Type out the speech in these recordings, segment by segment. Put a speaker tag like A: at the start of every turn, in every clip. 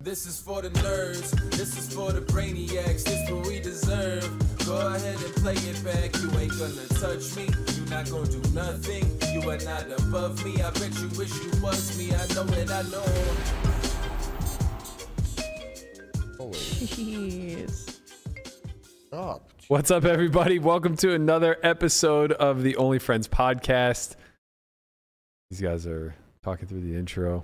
A: This is for the nerds. This is for the brainiacs. This what we deserve. Go ahead and play it back. You ain't gonna touch me. You not gonna do nothing. You are not above me. I bet you wish you was me. I know it. I know.
B: Jeez.
C: Stop.
D: What's up, everybody? Welcome to another episode of the Only Friends podcast. These guys are talking through the intro.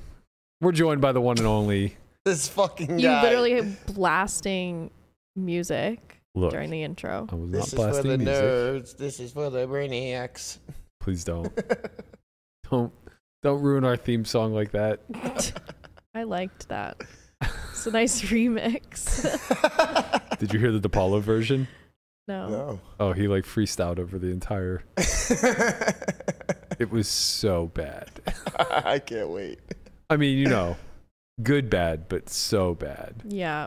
D: We're joined by the one and only.
C: This fucking
B: You
C: guy.
B: literally blasting music
D: Look,
B: during the intro.
D: I was
C: This
D: not
C: is for the
D: blasting music.
C: nerds. This is for the brainiacs.
D: Please don't, don't, don't ruin our theme song like that.
B: I liked that. It's a nice remix.
D: Did you hear the DePaulo version?
B: no.
C: no.
D: Oh, he like freestyled over the entire. It was so bad.
C: I can't wait.
D: I mean, you know, good bad, but so bad.
B: Yeah.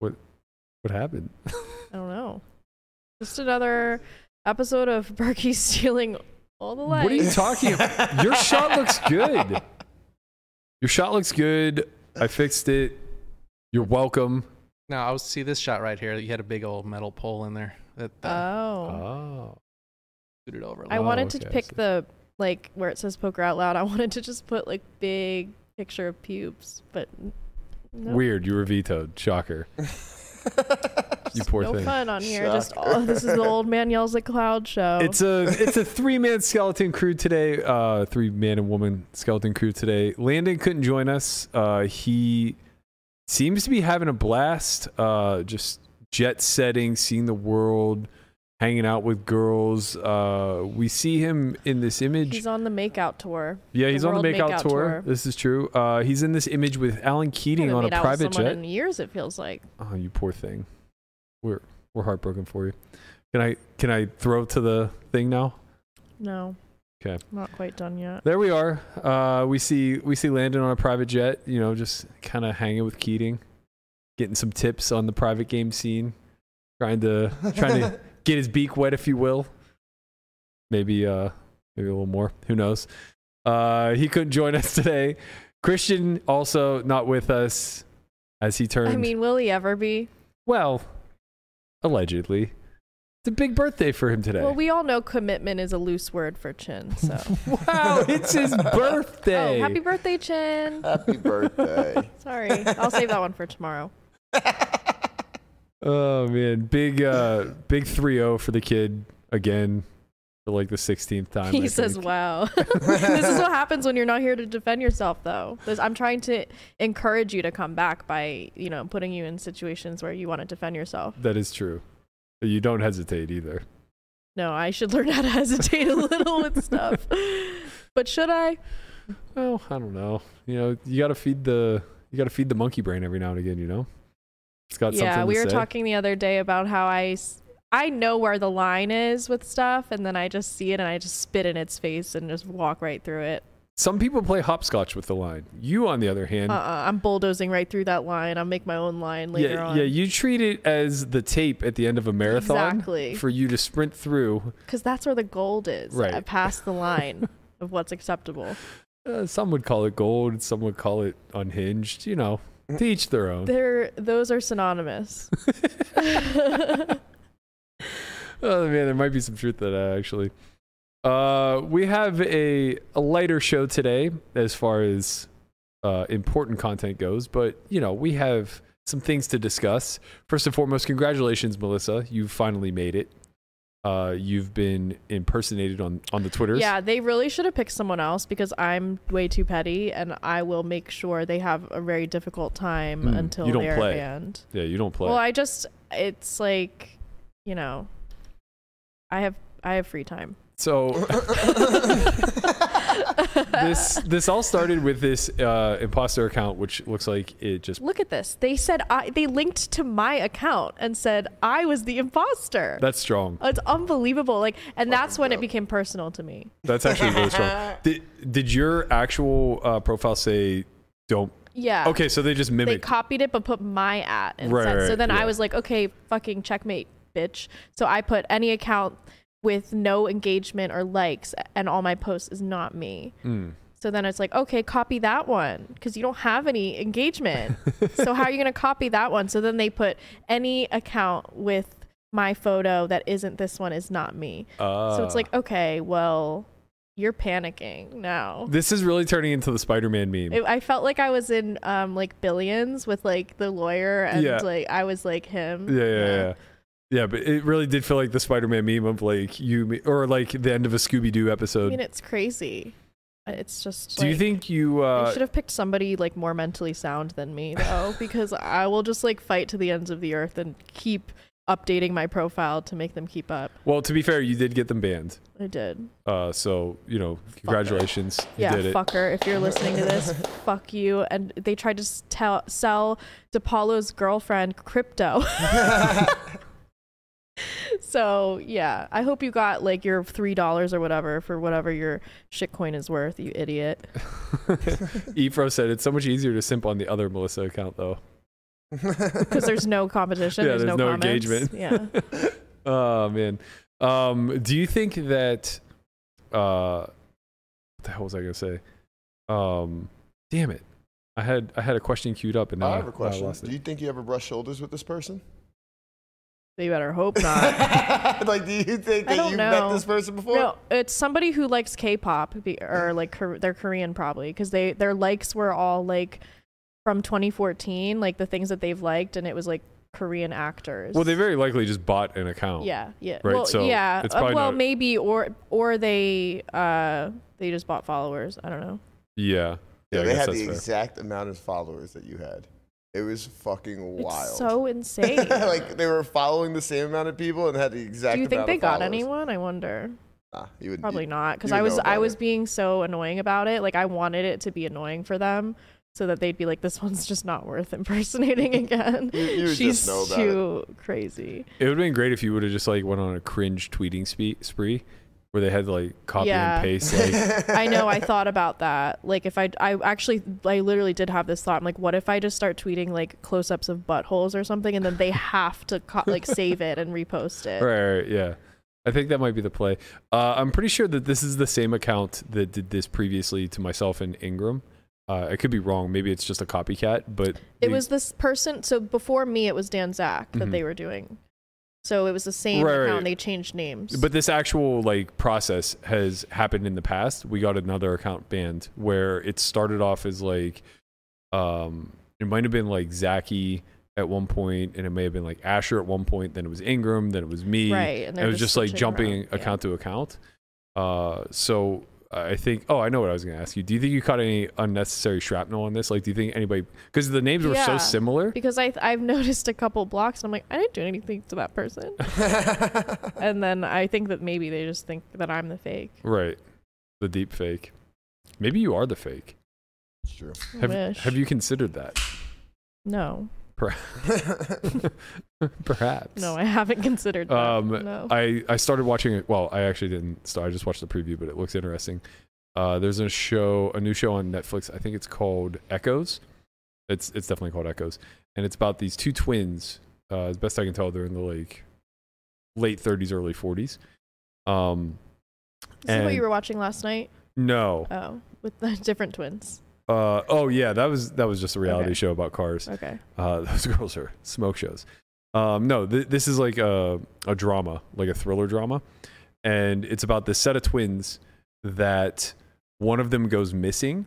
D: What happened?
B: I don't know. Just another episode of Berkey stealing all the lights.
D: What are you talking about? Your shot looks good. Your shot looks good. I fixed it. You're welcome.
E: No, I was see this shot right here. You had a big old metal pole in there that, that
B: Oh.
D: Oh.
E: scooted over. a
B: I
E: lot.
D: Oh,
B: wanted to
D: okay, I
B: pick
D: see.
B: the like where it says poker out loud. I wanted to just put like big picture of pubes, but n- no,
D: Weird. You were vetoed. Shocker. You poor
B: no
D: thing.
B: fun on here. Just oh, this is the old man yells at cloud show.
D: It's a it's a three man skeleton crew today. Uh, three man and woman skeleton crew today. Landon couldn't join us. Uh, he seems to be having a blast. Uh, just jet setting, seeing the world, hanging out with girls. Uh, we see him in this image.
B: He's on the makeout tour.
D: Yeah,
B: the
D: he's on the
B: World
D: makeout,
B: Makeout
D: tour.
B: Tour.
D: This is true. Uh, he's in this image with Alan
B: I
D: Keating
B: haven't
D: on a
B: made out with
D: private
B: someone
D: jet.
B: in years. It feels like.
D: oh, you poor thing. We're we're heartbroken for you. Can I can I throw to the thing now?
B: No.
D: 'Kay.
B: Not quite done yet.
D: There we are. Uh, we see we see Landon on a private jet. You know, just kind of hanging with Keating, getting some tips on the private game scene, trying to trying to get his beak wet, if you will. Maybe uh maybe a little more. Who knows? Uh he couldn't join us today. Christian also not with us as he turned
B: I mean, will he ever be?
D: well, allegedly. It's a big birthday for him today.
B: Well, we all know commitment is a loose word for Chin. So.
D: wow, it's his birthday.
B: Oh, happy birthday, Chin.
C: Happy birthday.
B: Sorry, I'll save that one for tomorrow.
D: Oh man, big uh big 3-0 for the kid again for like the 16th time. I
B: he says,
D: think.
B: "Wow." this is what happens when you're not here to defend yourself, though. There's, I'm trying to encourage you to come back by, you know, putting you in situations where you want to defend yourself.
D: That is true. You don't hesitate either.
B: No, I should learn how to hesitate a little with stuff. But should I?
D: Well, I don't know. You know, you got to feed the you got to feed the monkey brain every now and again, you know. It's got something
B: yeah,
D: to
B: we were
D: say.
B: talking the other day about how I, s- I know where the line is with stuff, and then I just see it and I just spit in its face and just walk right through it.
D: Some people play hopscotch with the line. You on the other hand,
B: Uh, uh I'm bulldozing right through that line. I'll make my own line later
D: yeah,
B: on.
D: yeah, you treat it as the tape at the end of a marathon
B: Exactly.
D: for you to sprint through.
B: because that's where the gold is.
D: Right.
B: I passed the line of what's acceptable.
D: Uh, some would call it gold, some would call it unhinged, you know. To each their own.
B: They're, those are synonymous.
D: Oh man, there might be some truth to that actually. Uh, we have a, a lighter show today as far as uh, important content goes, but you know we have some things to discuss. First and foremost, congratulations, Melissa! You've finally made it. Uh, you've been impersonated on on the Twitters.
B: yeah, they really should have picked someone else because I'm way too petty, and I will make sure they have a very difficult time
D: Mm,
B: until
D: you don't
B: they're
D: play.
B: banned.
D: yeah. You don't play.
B: Well, I just it's like, you know, I have I have free time.
D: so this this all started with this uh, imposter account, which looks like it just
B: Look at this. They said I they linked to my account and said I was the imposter.
D: that's strong.
B: it's unbelievable. Like and that's when it became personal to me.
D: That's actually really strong. Did, did your actual uh, profile say don't?
B: Yeah.
D: Okay, so they just
B: They
D: mimic.
B: copied it but put my at instead.
D: Right, right,
B: so then
D: yeah.
B: I was like, okay, fucking checkmate, bitch. So I put any
D: hmm,
B: account with no engagement or likes and all my posts is not me. So then it's like, okay, copy that one because you don't have any engagement. so how are you going to copy that one? So then they put any account with my photo that isn't this one is not me.
D: Uh,
B: so it's like, okay, well, you're panicking now.
D: this is really turning into the Spider-Man meme.
B: It, I felt like I was in um like billions with like the lawyer and
D: Yeah.
B: like I was like him.
D: yeah, yeah, yeah. Yeah, but it really did feel like the Spider-Man meme of like you me- or like the end of a Scooby-Doo
B: I
D: episode.
B: mean, it's crazy. It's just.
D: Do you
B: like-
D: think you uh,
B: I should have picked somebody like more mentally sound than me though, because I will just like fight to the ends of the earth and keep updating my profile to make them keep up.
D: Well, to be fair, you did get them banned.
B: I did.
D: Uh, so you know, congratulations, you
B: yeah,
D: did it.
B: fucker. If you're listening to this, fuck you. And they tried to s- tell sell DePaulo's girlfriend crypto. so yeah, I hope you got like your three dollars or whatever for whatever your shitcoin is worth. You idiot.
D: Ephro said it's so much easier to simp on the other Melissa account though.
B: Because there's no competition.
D: Yeah,
B: there's,
D: there's
B: no,
D: no
B: comments.
D: engagement.
B: Yeah.
D: Oh man, um, do you think that? Uh, what the hell was I gonna say? Um, damn it, I had I had a question queued up and now
C: I have a
D: now I
C: question.
D: lost it.
C: Do you think you ever brush shoulders with this person?
B: They better hope not.
C: like, do you think that
B: I don't
C: you've
B: know.
C: met this person before?
B: No, it's somebody who likes K-pop be- or like Kor- they're Korean probably because they their likes were all like from 2014, like the things that they've liked, and it was like Korean actors.
D: well, they very likely just bought an
C: Oh.
D: account.
B: yeah yeah
D: Right,
B: well
D: so
B: yeah
D: it's
B: Uh,
D: probably
B: well
D: not-
B: maybe or or they uh they just bought followers. I don't know.
D: yeah, yeah.
C: Yeah,
D: I
C: they
D: guess
C: had
D: that's
C: the
D: fair.
C: exact amount of followers that you had. It was fucking wild.
B: It's so insane.
C: like they were following the same amount of people and had the exact.
B: Do you think
C: amount
B: they
C: of
B: got
C: followers.
B: anyone? I wonder.
C: Nah, you would
B: Probably
C: you-
B: not, because
C: you
B: I
C: would
B: was
C: know
B: I
C: about
B: was
C: it.
B: being so annoying about it. Like I wanted it to be annoying for them, so that they'd be like, "This one's just not worth impersonating again."
C: You- you would just
B: She's
C: know about it.
B: too crazy.
D: It would have been great if you would have just like went on a cringe tweeting spe- spree where they had to, like copy
B: Yeah.
D: and paste like
B: I know. I thought about that. Like if I I actually I literally did have this thought. I'm like, what if I just start tweeting like close-ups of buttholes or something, and then they have to co- like save it and repost it.
D: right, right, yeah. I think that might be the play. Uh, I'm pretty sure that this is the same account that did this previously to myself and Ingram. Uh, I could be wrong. Maybe it's just a copycat, but
B: It
D: the-
B: was this person. So before me, it was Dan Zach that
C: Mm-hmm.
B: they were doing. So it was the same
D: Right, right.
B: account. They changed names.
D: But this actual like process has happened in the past. We got another account banned where it started off as like, um, it might have been like Zachy at one point, and it may have been like Asher at one point. Then it was Ingram. Then it was me.
B: Right, and they're
D: it was
B: just
D: just like
B: switching
D: jumping
B: around, yeah.
D: account to account. Uh, so I think. Oh, I know what I was going to ask you. Do you think you caught any unnecessary shrapnel on this? Like, do you think anybody? Because the names were
B: Yeah.
D: so similar.
B: because I I've noticed a couple blocks and I'm like I didn't do anything to that person, and then I think that maybe they just think that I'm the fake.
D: Right. The deep fake. Maybe you are the fake.
C: It's true.
B: I
D: Have,
B: wish.
D: have you considered that?
B: No,
D: Perhaps.
B: no, I haven't considered that.
D: Um,
B: no.
D: I, I started watching it. Well, I actually didn't start. I just watched the preview, but it looks interesting. Uh, there's a show, a new show on Netflix. I think it's called Echoes. It's it's definitely called Echoes, and it's about these two twins. Uh, as best I can tell, they're in the like late 30s, early 40s. Um,
B: Is this what
D: and-
B: you were watching last night?
D: no.
B: Oh, with the different twins.
D: Uh, oh yeah, that was that was just a reality
B: Okay.
D: show about cars.
B: Okay.
D: Uh, those girls are smoke shows. Um, no, th- this is like a, a drama, like a thriller drama. And it's about this set of twins that one of them goes missing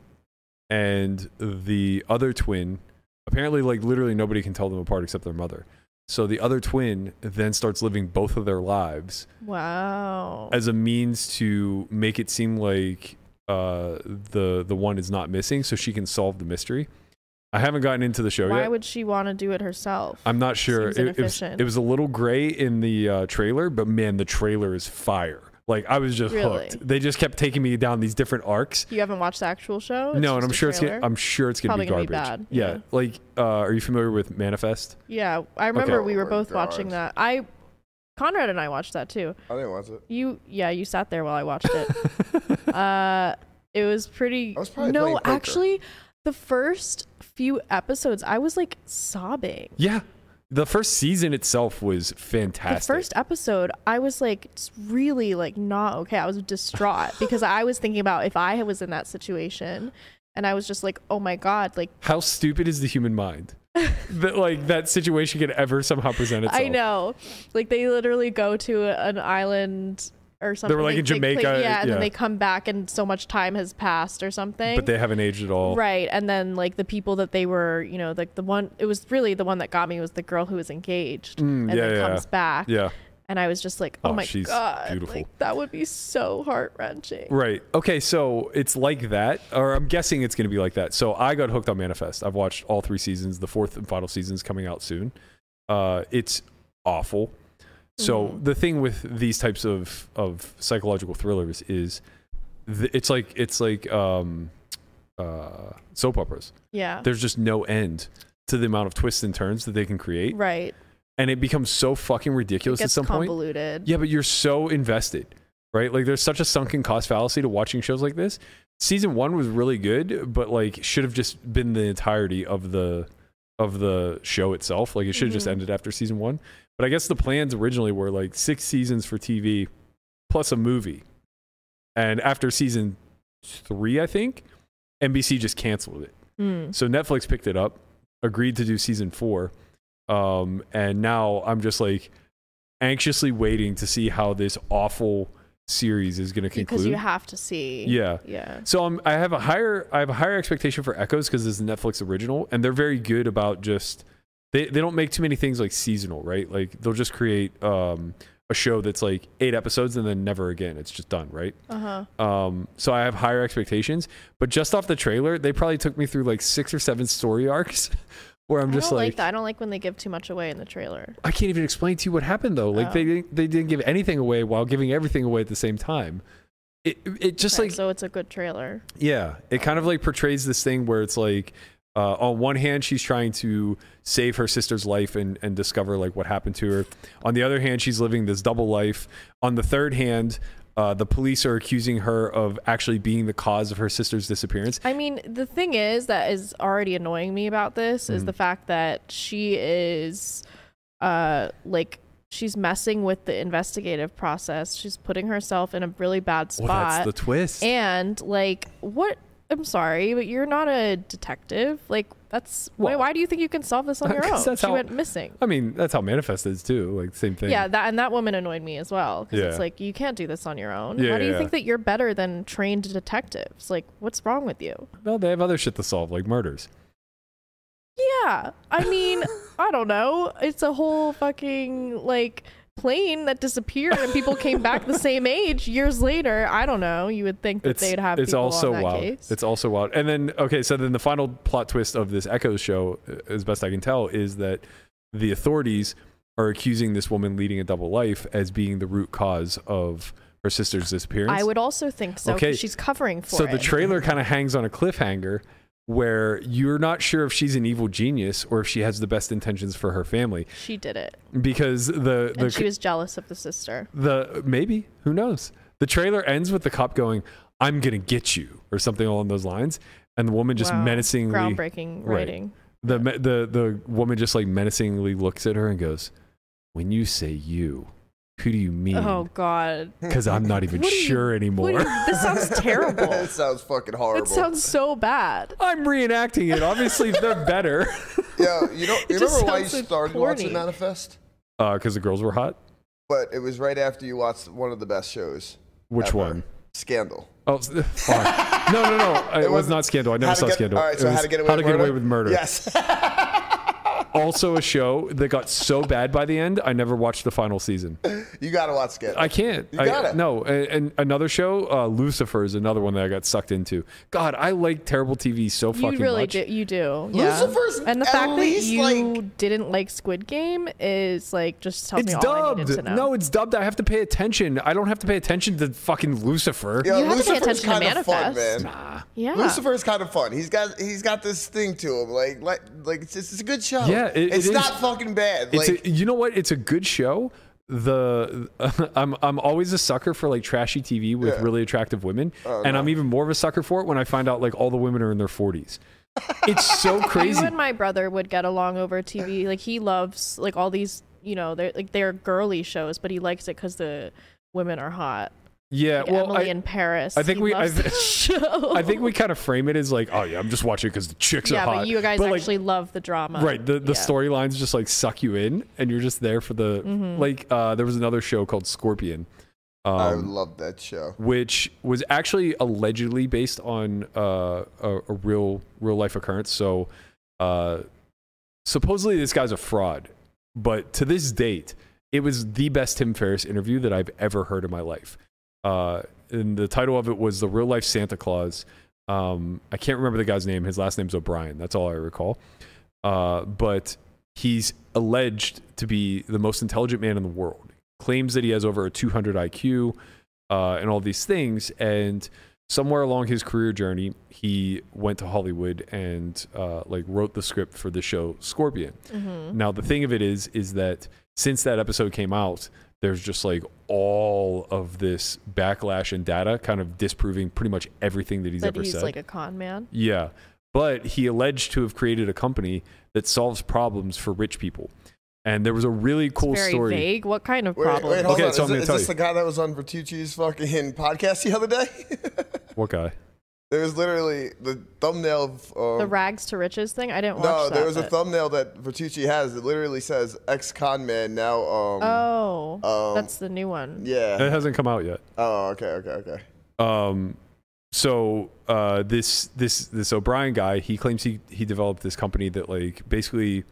D: and the other twin, apparently, like literally nobody can tell them apart except their mother. So the other twin then starts living both of their lives
B: Wow.
D: as a means to make it seem like uh, the the one is not missing, so she can solve the mystery. I haven't gotten into the show
B: Why
D: yet.
B: would she want to do it herself?
D: I'm not sure.
B: Seems
D: It, it was,
B: inefficient.
D: it was a little gray in the uh, trailer, but man, the trailer is fire. Like I was just
B: Really?
D: hooked. They just kept taking me down these different arcs.
B: you haven't watched the actual show? Oh, It's
D: no, and
B: just
D: I'm
B: a
D: sure it's gonna,
B: trailer?
D: I'm sure it's gonna be
B: Probably
D: garbage.
B: gonna be bad,
D: Yeah.
B: yeah.
D: Like, uh, are you familiar with Manifest?
B: yeah, I remember we
C: Oh
B: were
C: my
B: both watching that.
C: God.
B: I, Conrad and I watched that too.
C: I didn't watch it.
B: You yeah, you sat there while I watched it. uh it was pretty
C: I was probably playing
B: No,
C: poker.
B: actually the first few episodes I was like sobbing.
D: Yeah. The first season itself was fantastic.
B: The first episode, I was like s- really like not okay. I was distraught because I was thinking about if I was in that situation, and I was just like, oh my god, like
D: How stupid is the human mind? that like that situation could ever somehow present itself.
B: I know, like they literally go to an island or something.
D: were, like, in
B: they play-
D: Jamaica,
B: yeah, and
D: yeah.
B: then they come back, and so much time has passed or something.
D: But they haven't aged at all.
B: Right. And then like the people that they were, you know, like the one it was really the one that got me was the girl who was engaged and
D: Mm, yeah,
B: then
D: yeah.
B: comes back.
D: Yeah.
B: And I was just like, Oh,
D: Oh,
B: my
D: she's
B: god.
D: beautiful.
B: Like that would be so heart wrenching.
D: Right. Okay, so it's like that, or I'm guessing it's going to be like that. So I got hooked on Manifest. I've watched all three seasons. The fourth and final season's coming out soon. Uh, it's awful. So
B: Mm-hmm.
D: the thing with these types of of psychological thrillers is, th- it's like it's like um, uh, soap operas.
B: Yeah.
D: There's just no end to the amount of twists and turns that they can create,
B: Right.
D: and it becomes so fucking ridiculous at
B: Gets
D: some point.
B: convoluted.
D: Yeah, but you're so invested, right? Like there's such a sunken cost fallacy to watching shows like this. Season one was really good, but like should have just been the entirety of the of the show itself. Like it should have just
B: Mhm.
D: ended after season one. But I guess the plans originally were like six seasons for TV plus a movie. And after season three, I think, NBC just canceled it.
B: Mm.
D: So Netflix picked it up, agreed to do season four, um, and now I'm just like anxiously waiting to see how this awful series is going to conclude.
B: Because you have to see.
D: yeah.
B: Yeah.
D: So I'm, I have a higher I have a higher expectation for Echoes because it's a Netflix original, and they're very good about just they they don't make too many things like seasonal, right? Like they'll just create um, a show that's like eight episodes and then never again. It's just done, right?
B: Uh huh.
D: Um, so I have higher expectations. But just off the trailer, they probably took me through like six or seven story arcs where I'm
B: I
D: just
B: don't like,
D: like,
B: that. I don't like when they give too much away in the trailer.
D: I can't even explain to you what happened though. Like
B: Oh.
D: they didn't- they didn't give anything away while giving everything away at the same time. It it just
B: Okay,
D: like
B: so it's a good trailer.
D: yeah, it kind of like portrays this thing where it's like. Uh, on one hand, she's trying to save her sister's life and, and discover like what happened to her. On the other hand, she's living this double life. On the third hand, uh, the police are accusing her of actually being the cause of her sister's disappearance.
B: I mean, the thing is that is already annoying me about this is
D: Hmm.
B: the fact that she is uh like she's messing with the investigative process. She's putting herself in a really bad
D: Well, that's
B: spot.
D: the twist.
B: and like what I'm sorry, but you're not a detective. Like that's why,
D: Well-
B: why do you think you can solve this on your
D: 'Cause
B: own?
D: that's
B: she
D: how-
B: went missing.
D: I mean, that's how Manifest is too. Like same thing.
B: Yeah, that and that woman annoyed me as well because it's
D: Yeah.
B: like you can't do this on your own.
D: Yeah,
B: Why do you
D: yeah,
B: think
D: yeah.
B: that you're better than trained detectives? Like, what's wrong with you?
D: No, they have other shit to solve, like murders.
B: Yeah. I mean, I don't know. It's a whole fucking like plane that disappeared and people came back the same age years later. I don't know. You would think that
D: It's
B: they'd have
D: it's
B: people
D: also
B: on that
D: wild.
B: case.
D: It's also wild. And then okay, so then the final plot twist of this Echoes show, uh, as best I can tell, is that the authorities are accusing this woman leading a double life as being the root cause of her sister's disappearance.
B: I would also think so 'cause
D: Okay.
B: she's covering for
D: so
B: it.
D: the trailer kind of hangs on a cliffhanger where you're not sure if she's an evil genius or if she has the best intentions for her family
B: she did it.
D: because the the
B: And she was jealous of the sister.
D: the maybe who knows the trailer ends with the cop going i'm gonna get you or something along those lines and the woman just
B: Wow.
D: menacingly
B: groundbreaking
D: Right.
B: writing.
D: the me- the the woman just like menacingly looks at her and goes when you say you who do you
B: Oh
D: mean
B: god.
D: because i'm not even
B: What do you-
D: sure
B: What do
D: anymore
B: you- this sounds terrible.
C: that sounds fucking horrible.
B: it sounds so bad.
D: i'm reenacting it obviously they're better
C: Yeah, you know, you
B: just
C: remember why you
B: sounds so
C: started watching
B: corny.
C: Manifest?
D: because Uh, the girls were hot
C: But it was right after you watched one of the best shows.
D: which
C: ever.
D: one
C: Scandal.
D: Oh, s- fuck. no, no, no! It, was
C: wasn't-
D: not scandal. I
C: How
D: never
C: to
D: saw
C: Get-
D: scandal.
C: all right,
D: It
C: so How
D: was
C: to Get Away
D: how
C: with
D: to get away
C: Murder?
D: with murder.
C: Yes.
D: Also, a show that got so bad by the end, I never watched the final season.
C: you gotta watch Scandal.
D: I can't.
C: You
D: I-
C: gotta.
D: no, and, and another show, uh, Lucifer, is another one that I got sucked into. God, I like terrible TV so
B: You
D: fucking
B: really
D: much.
B: do. You do. Yeah.
C: Lucifer's
B: and the
C: at
B: fact that
C: least,
B: you
C: like-
B: didn't like Squid Game is like just tells me
D: It's
B: all I needed to
D: dubbed.
B: know.
D: No, it's dubbed. I have to pay attention. I don't have to pay attention to fucking Lucifer.
C: Yo,
B: You have to pay
C: Lucifer's
B: attention to
C: kinda fun,
B: Manifest.
C: man.
B: yeah.
C: Lucifer's kind of fun. He's got he's got this thing to him, like like like it's, it's a good show.
D: Yeah, it-
C: it's
D: it is.
C: not fucking bad.
D: It's
C: like
D: a, you know what? It's a good show. The I'm I'm always a sucker for like trashy TV with
C: Yeah. Oh,
D: really attractive women, and I'm even more of a sucker for it when I find out like all the women are in their 40s. It's so
B: You
D: crazy.
B: and my brother would get along over TV. Like he loves like all these, you know, they're like they're girly shows, but he likes it because the women are hot.
D: Yeah,
B: Like,
D: Uh, well,
B: Emily
D: I,
B: in Paris.
D: I think
B: he
D: we- I
B: loves
D: thi-
B: that show.
D: I think we kind of frame it as like, oh yeah, I'm just watching because the chicks
B: yeah,
D: are hot.
B: but you guys
D: like,
B: actually love the drama,
D: right the, the
B: Yeah.
D: storylines just like suck you in and you're just there for the
B: Mm-hmm.
D: like uh there was another show called scorpion
C: I
D: um
C: love that show.
D: which was actually allegedly based on uh a, a real real life occurrence so uh supposedly this guy's a fraud but to this date it was the best tim ferriss interview that i've ever heard in my life uh and the title of it was the real life santa claus um i can't remember the guy's name his last name's o'brien that's all i recall uh, but he's alleged to be the most intelligent man in the world. Claims that he has over a 200 IQ uh, and all these things. And somewhere along his career journey, he went to Hollywood and uh, like wrote the script for the show Scorpion.
B: Mm-hmm.
D: Now the thing of it is, is that since that episode came out, there's just like all of this backlash and data kind of disproving pretty much everything that he's
B: that
D: ever
B: he's
D: said.
B: like a con man.
D: Yeah. But he alleged to have created a company that solves problems for rich people. And there was a really cool
B: it's very
D: story.
B: vague. What kind of
C: Wait,
B: problem?
C: wait, hold
D: Okay,
C: on.
D: so I'm
C: is
D: gonna
C: thi- is
D: tell
C: this
D: you.
C: the guy that was on Bertucci's fucking podcast the other day?
D: What guy?
C: there was literally the thumbnail of. Um,
B: the rags to riches thing. I didn't watch
C: no,
B: that.
C: there was a
B: but-
C: thumbnail that Bertucci has that literally says ex con man now. Um,
B: Oh,
C: um,
B: that's the new one.
D: That
C: Yeah.
D: hasn't come out yet.
C: Oh, okay, okay, okay.
D: Um, so uh, this this this O'Brien guy, he claims he he developed this company that like basically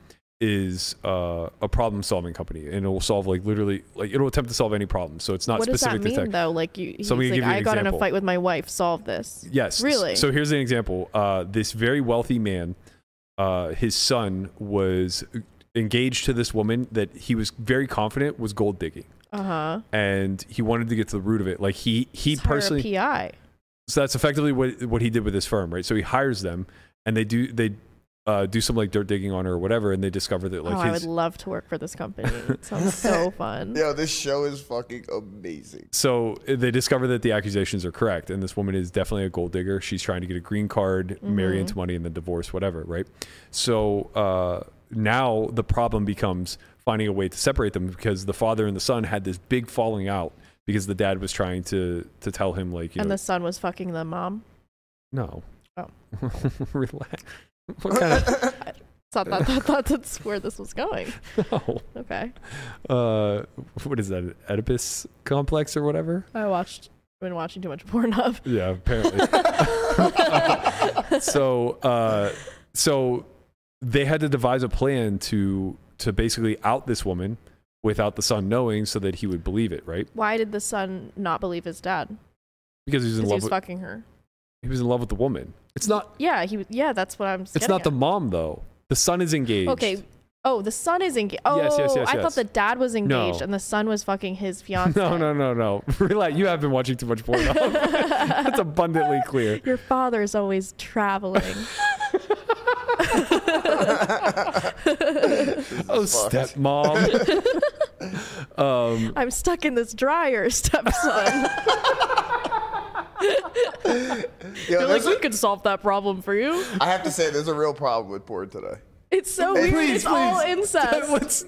D: is uh, a problem solving company, and it will solve like literally like it'll attempt to solve any problem. So it's not
B: What does that
D: specific to
B: mean
D: tech.
B: though? Like you, he's
D: So we
B: like,
D: can give you
B: I
D: an
B: got in a
D: example.
B: fight with my wife. Solve this.
D: Yes.
B: Really?
D: So here's an example. Uh, this very wealthy man, uh, his son was engaged to this woman that he was very confident was gold digging,
B: Uh huh.
D: and he wanted to get to the root of it. Like he he
B: He's
D: personally.
B: a PI.
D: so that's effectively what what he did with his firm, right? So he hires them, and they do they uh, do some like dirt digging on her or whatever, and they discover that like
B: oh, I
D: his
B: would love to work for this company. It sounds so fun.
C: Yo, this show is fucking amazing.
D: so eh, they discover that the accusations are correct and this woman is definitely a gold digger she's trying to get a green card
B: Mm-hmm.
D: marry into money and then divorce whatever right so uh, now the problem becomes finding a way to separate them because the father and the son had this big falling out because the dad was trying to to tell him like you
B: And
D: know
B: the son was fucking the mom.
D: no
B: Oh.
D: relax what kind of
B: Thought that, thought, thought that's where this was going.
D: no.
B: Okay,
D: uh what is that an oedipus complex or whatever
B: I watched. I've been watching too much Pornhub.
D: yeah apparently so uh, so they had to devise a plan to to basically out this woman without the son knowing so that he would believe it right
B: Why did the son not believe his dad?
D: because he
B: Because
D: was in
B: he
D: love
B: was
D: with,
B: fucking her.
D: he was in love with the woman it's not
B: Yeah, he. was- Yeah, that's what I'm.
D: it's not the mom though the son is engaged
B: Okay. Oh, the son is engaged. Oh,
D: Yes, yes, yes,
B: I
D: yes.
B: thought the dad was engaged
D: No.
B: and the son was fucking his fiance.
D: no no no no relax you have been watching too much porn that's abundantly clear
C: Oh,
B: Your father is always traveling.
D: oh
C: fucked.
D: stepmom
B: I'm stuck in this dryer, stepson.
C: Yo,
B: They're like,
C: there's
B: we
C: a-
B: could solve that problem for you.
C: I have to say, there's a real problem with porn today.
B: It's so weird.
D: please,
B: it's all
D: please.
B: incest.
D: Let's-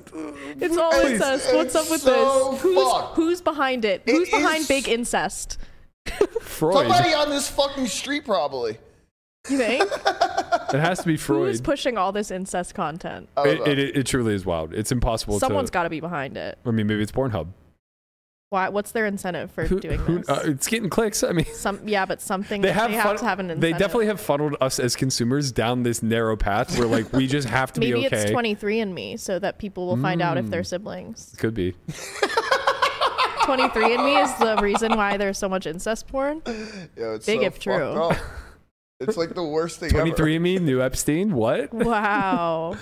B: It's all
D: please.
B: incest. What's up
C: It's
B: with
C: so
B: this? Who's
C: fucked.
B: who's behind it? Who's
C: It
B: behind
C: is-
B: big incest?
D: freud
C: Somebody on this fucking street, probably.
B: You think?
D: it has to be
B: who's
D: freud
B: pushing all this incest content?
C: I don't know.
D: it, it, it truly is wild it's impossible
B: Someone's
D: to
B: got to be behind it.
D: i mean maybe it's pornhub
B: Why? What's their incentive for doing this?
D: uh, it's getting clicks. I mean,
B: Some yeah, but something
D: they have, fun-
B: to have an incentive.
D: they definitely have funneled us as consumers down this narrow path where like we just have to
B: Maybe
D: be okay. Mm.
B: it's 23 and me so that people will find out if they're siblings.
D: Could be.
B: 23 and me is the reason why there's so much incest porn.
C: Yo, it's
B: Big
C: so
B: if
C: fucked
B: true.
C: up. It's like the worst thing ever.
D: 23 me, new Epstein. What?
B: Wow.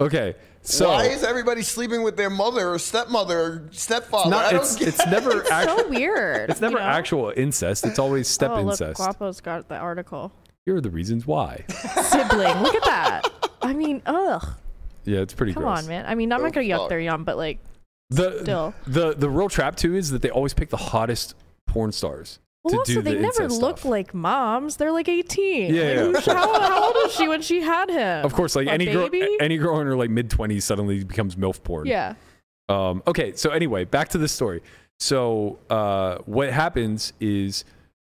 D: Okay, so
C: Why is everybody sleeping with their mother or stepmother or stepfather? I
D: not,
C: don't
D: it's,
C: get
D: it's never actual.
B: so weird.
D: It's never
B: you know?
D: actual incest. It's always step
B: oh,
D: incest.
B: Look, Guapo's got the article.
D: Here are the reasons why.
B: Sibling. Look at that. I mean, ugh.
D: Yeah, it's pretty
B: Come
D: gross.
B: on, man. I mean, I'm
C: Oh,
B: not going to yuck
C: fuck.
B: their yum, but like,
D: The
B: Still.
D: the the real trap too is that they always pick the hottest porn stars.
B: Well,
D: to
B: also,
D: do
B: they
D: the
B: never
D: incest
B: look
D: stuff.
B: like moms. They're like 18.
D: Yeah,
B: Like,
D: yeah.
B: who's- How, how old was she when she had him?
D: Of course, like
B: A
D: any
B: baby?
D: girl, any girl in her like mid twenties suddenly becomes milf porn.
B: Yeah.
D: Um, okay, so anyway, back to the story. So uh, what happens is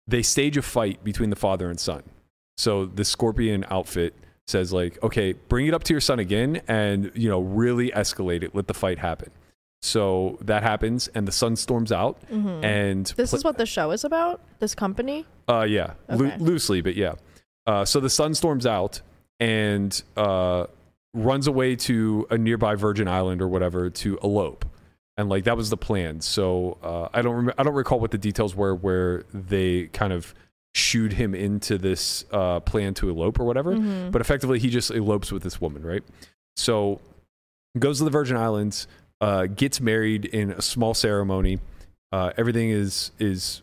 D: they stage a fight between the father and son. So the scorpion outfit says like, okay, bring it up to your son again, and you know really escalate it. Let the fight happen. So that happens, and the son storms out, and
B: This
D: pla-
B: is what the show is about. This company.
D: uh, yeah, Loo-
B: Okay.
D: loosely, but yeah. Uh, so the sun storms out and uh, runs away to a nearby Virgin Island or whatever to elope, and like that was the plan. So uh, I don't rem- I don't recall what the details were where they kind of shooed him into this uh, plan to elope or whatever.
B: Mm-hmm.
D: But effectively, he just elopes with this woman, right? So goes to the Virgin Islands, uh, gets married in a small ceremony. Uh, everything is is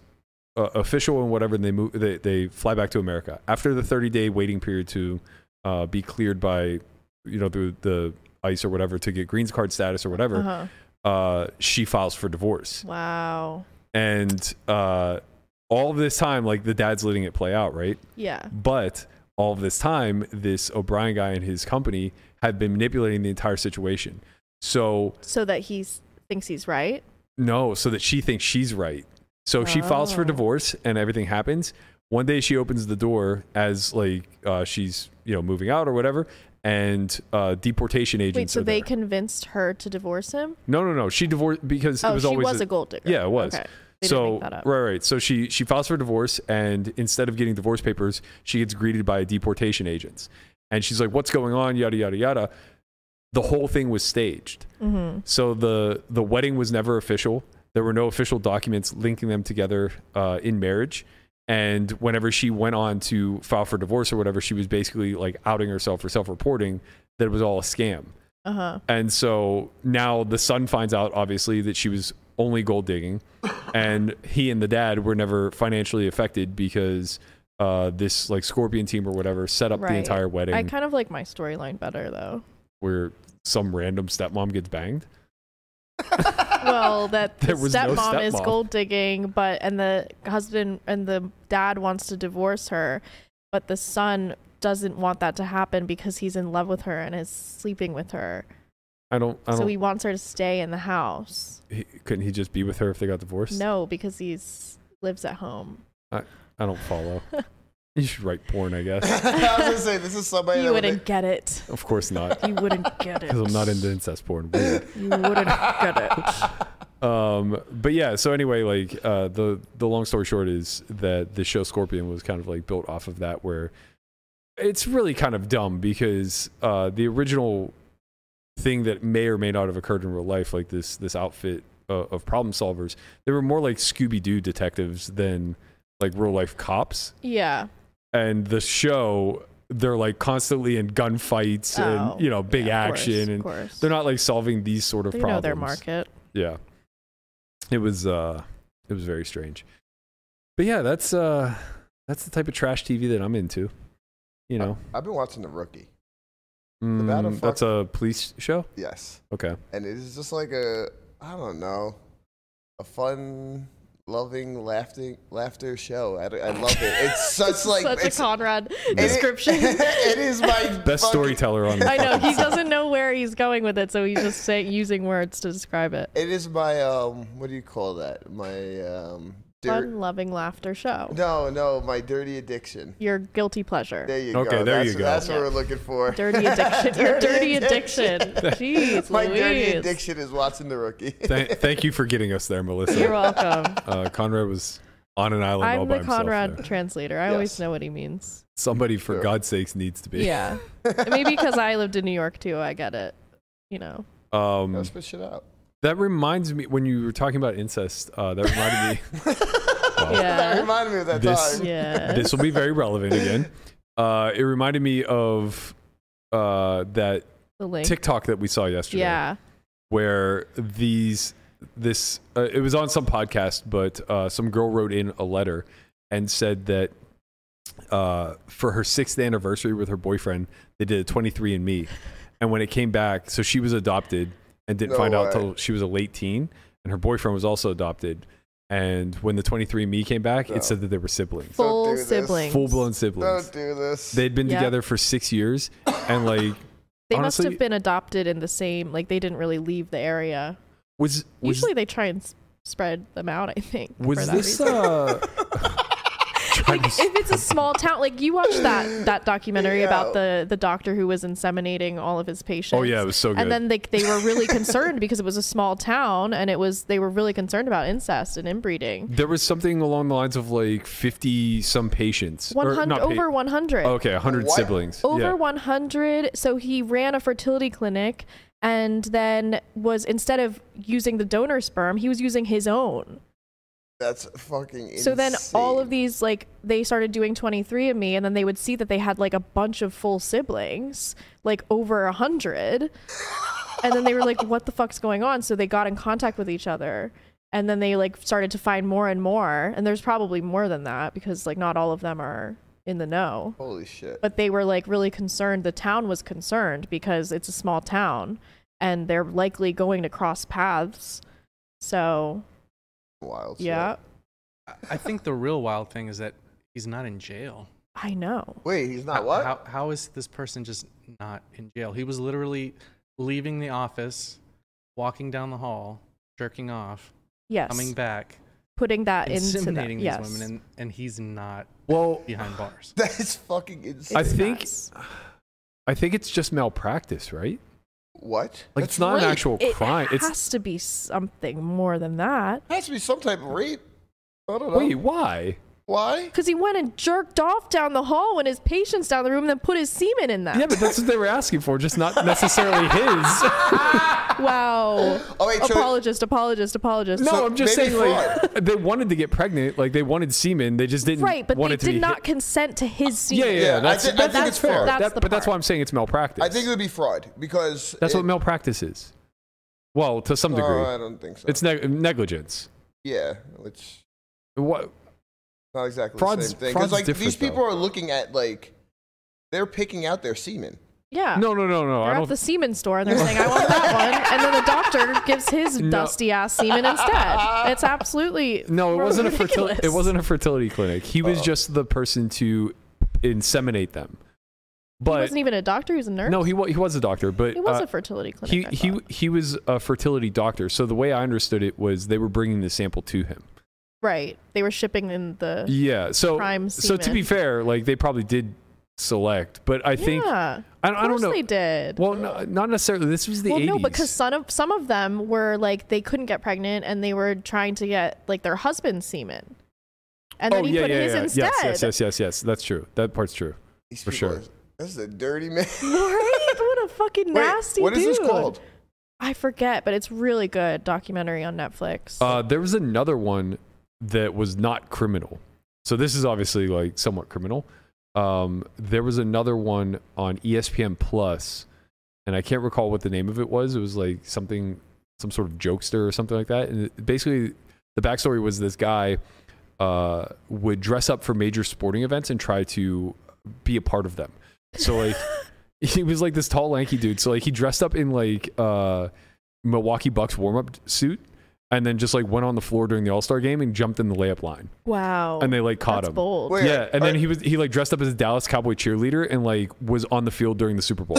D: uh, official and whatever, and they move. They, they fly back to America after the 30 day waiting period to uh, be cleared by, you know, through the ICE or whatever to get Green's card status or
B: Uh
D: whatever.
B: huh.
D: Uh, she files for divorce,
B: Wow.
D: and uh, all this time, like the dad's letting it play out, right?
B: Yeah.
D: But all of this time, this O'Brien guy and his company have been manipulating the entire situation. So
B: So that he thinks he's right.
D: no, so that she thinks she's right. So she files for
B: Oh.
D: divorce and everything happens. One day she opens the door as like uh, she's you know moving out or whatever, and uh, deportation agents.
B: Wait. So
D: are
B: they
D: there.
B: convinced her to divorce him?
D: No, no, no. She divorced because
B: Oh,
D: it was
B: she
D: always
B: was a, gold digger.
D: Yeah, it was.
B: Okay. They didn't
D: so
B: make that up.
D: right, right. So she she files for divorce, and instead of getting divorce papers, she gets greeted by deportation agents, and she's like, "What's going on?" Yada yada yada. The whole thing was staged.
B: Mm-hmm.
D: So the the wedding was never official. There were no official documents linking them together uh, in marriage. And whenever she went on to file for divorce or whatever, she was basically like outing herself or self-reporting that it was all a scam.
B: Uh huh.
D: And so now the son finds out, obviously, that she was only gold digging, and he and the dad were never financially affected because uh, this like scorpion team or whatever set up the
B: Right.
D: entire wedding
B: I kind of like my storyline better though.
D: where some random stepmom gets banged.
B: well, that the
D: There was no
B: stepmom, is
D: stepmom.
B: gold digging, but and the husband and the dad wants to divorce her, but the son doesn't want that to happen because he's in love with her and is sleeping with her.
D: I don't. I
B: So
D: don't.
B: he wants her to stay in the house.
D: he, couldn't he just be with her if they got divorced?
B: No, because he's lives at home.
D: I don't follow. you should write porn, I guess.
C: I was gonna say this is somebody
B: You
C: that would
B: wouldn't get it.
D: Of course not,
B: You wouldn't get it.
D: because I'm not into incest porn. Weird.
B: You wouldn't get it.
D: um but yeah so anyway like uh the the long story short is that the show scorpion was kind of like built off of that where it's really kind of dumb because uh the original thing that may or may not have occurred in real life like this this outfit uh, of problem solvers they were more like scooby-doo detectives than like real life cops
B: Yeah.
D: and the show they're like constantly in gunfights
B: Oh,
D: and you know big
B: yeah, of course,
D: action
B: of
D: and
B: course.
D: they're not like solving these sort of
B: They
D: problems
B: know their market.
D: yeah it was uh it was very strange but yeah that's uh that's the type of trash tv that i'm into you know
C: I've been watching The Rookie.
D: Mm,
C: Battle Fuck-
D: that's a police show
C: Yes,
D: okay
C: and it is just like a I don't know, a fun, loving, laughing laughter show. I, I love it. It's such like
B: Such a
C: it's,
B: Conrad
C: it-
B: description.
C: it is my
D: best
C: fucking-
D: storyteller on
B: I know he doesn't know where he's going with it, so he's just say, using words to describe it.
C: It is my um. What do you call that? My um. Dirt,
B: Fun, loving laughter show.
C: no, no, my dirty addiction.
B: Your guilty pleasure.
C: There you
D: Okay,
C: go.
D: there
C: that's,
D: you go.
C: That's what we're looking for.
B: Dirty addiction. Your dirty addiction. Jeez,
C: My dirty
B: Louise.
C: addiction is watching The Rookie.
D: Th- thank you for getting us there
B: You're
D: melissa
B: welcome.
D: uh conrad was on an island all
B: I'm
D: by
B: the
D: himself
B: Conrad
D: there.
B: translator. I always
C: Yes.
B: know what he means.
D: somebody for
C: Sure.
D: god's sakes needs to be
B: Yeah. Maybe because I lived in New York too, I get it. You know.
D: um
C: Let's push it out.
D: that reminds me when you were talking about incest uh that reminded me
C: That
B: Yeah.
C: reminded me of that
D: This-
C: time.
B: Yeah.
D: this will be very relevant again uh it reminded me of uh that
B: the link.
D: tiktok that we saw yesterday
B: yeah.
D: where these this uh, it was on some podcast but uh, some girl wrote in a letter and said that uh, for her sixth anniversary with her boyfriend they did a 23 and me and when it came back so she was adopted and didn't
C: No
D: find out
C: way.
D: till she was a late teen and her boyfriend was also adopted And when the 23andMe came back,
C: No.
D: it said that they were siblings,
B: Full
C: do this.
B: siblings.
D: full blown siblings.
C: Don't do this.
D: They'd been
B: Yeah.
D: together for six years, and like
B: They must
D: honestly-
B: have been adopted in the same. Like they didn't really leave the area.
D: was was
B: Usually they try and s- spread them out. I think. for
D: was
B: that
D: this
B: reason.
D: uh?
B: like if it's a small town, like you watched that that documentary
C: Yeah.
B: about the the doctor who was inseminating all of his patients.
D: Oh yeah, it was so good.
B: and then they they were really concerned because it was a small town, and it was they were really concerned about incest and inbreeding.
D: there was something along the lines of like fifty some patients,
B: One
D: or
B: hundred
D: not pa- Oh,
B: over one hundred.
D: okay, hundred
C: What?
D: siblings.
B: over
D: yeah.
B: 100 so he ran a fertility clinic and then was instead of using the donor sperm he was using his own
C: That's fucking insane.
B: so then all of these like they started doing 23andme and then they would see that they had like a bunch of full siblings like over 100 and then they were like what the fuck's going on so they got in contact with each other and then they like started to find more and more and there's probably more than that because like not all of them are in the know
C: Holy shit.
B: but they were like really concerned the town was concerned because it's a small town and they're likely going to cross paths so
C: Wild shit.
B: yeah
E: I- I think the real wild thing is that he's not in jail.
B: i know
C: Wait, he's
E: How-
C: not what?
E: How, how is this person just not in jail? He was literally leaving the office, walking down the hall, jerking off,
B: yes
E: coming back,
B: putting that into that
E: inseminating these
B: yes
E: women, and, and he's not
D: Well,
E: behind bars.
C: that is fucking insane.
D: I think Oh,
B: nuts.
D: I think it's just malpractice, right?
C: what?
D: Like it's not an
C: rape.
D: actual
B: it
D: crime.
B: has
D: It's
B: to be something more than that
C: It has to be some type of rape. I don't know.
D: wait, why?
C: Why?
B: because he went and jerked off down the hall when his patients down the room and then put his semen in them
D: Yeah, but that's what they were asking for, just not necessarily his.
B: wow
C: Oh, wait, so-
B: apologist apologist apologist
D: No,
C: So
D: I'm just
C: maybe
D: saying, like they wanted to get pregnant, like they wanted semen, they just didn't
B: right but
D: want
B: they
D: it to
B: did
D: be
B: not
D: hit.
B: consent to his semen
D: Yeah, yeah,
C: Yeah,
D: yeah.
C: I
D: That's,
C: thi- I think
D: that's, that's
C: it's fair.
D: fair.
B: That's
D: That-
B: the
D: but that's why
B: part.
D: I'm saying it's malpractice.
C: I think it would be fraud because
D: that's
C: it,
D: what malpractice is. Well, to some
C: No,
D: degree,
C: I don't think so.
D: it's neg- negligence.
C: yeah, which
D: What?
C: not exactly the
D: Fraud's-
C: same thing.
D: fraud's
C: like these
D: different,
C: people
D: though.
C: are looking at like they're picking out their semen.
B: yeah
D: No, no, no, no.
B: They're
D: I
B: Ah. at
D: don't.
B: the semen store and they're saying, I want that one. And then the doctor gives his
D: No.
B: dusty ass semen instead. It's absolutely.
D: no, it wasn't a
B: ridiculous. Oh.
D: fertility. It wasn't a fertility clinic. He was just the person to inseminate them. But
B: He wasn't even a doctor. He was a nurse.
D: no, he wa- he was a doctor, but
B: It was
D: uh,
B: a fertility clinic.
D: he
B: I
D: he
B: thought.
D: he was a fertility doctor. So the way I understood it was they were bringing the sample to him.
B: Right. They were shipping in the.
D: Yeah. So
B: Prime
D: so to be
B: semen.
D: fair, like they probably did select, but I think
B: yeah.
D: I, I
B: of
D: don't
B: course
D: know.
B: they did.
D: Well, no, not necessarily. This was the
B: well
D: 80s.
B: no because some of some of them were like they couldn't get pregnant and they were trying to get like their husband's semen and then
D: oh
B: he
D: yeah,
B: put
D: yeah,
B: his
D: yeah.
B: instead
D: Yes, yes, yes, yes, yes. That's true. That part's true.
C: These
D: For
C: people
D: sure.
C: Are, this is a dirty man.
B: Right? what a fucking
C: Wait,
B: nasty
C: what is
B: dude
C: this called?
B: I forget, but it's really good documentary on Netflix.
D: Uh, there was another one that was not criminal. So this is obviously like somewhat criminal. Um, there was another one on E ESPN Plus, and I can't recall what the name of it was. It was like something, some sort of jokester or something like that. And it- basically, the backstory was this guy uh, would dress up for major sporting events and try to be a part of them. So like, he was like this tall, lanky dude. So like, he dressed up in like uh, Milwaukee Bucks warm up suit and then just like went on the floor during the All Star game and jumped in the layup line,
B: wow.
D: and they like
B: Oh,
D: caught
B: That's
D: him.
B: bold.
C: Wait,
D: Yeah, and then
C: are-
D: he was he like dressed up as a Dallas Cowboy cheerleader and like was on the field during the Super Bowl.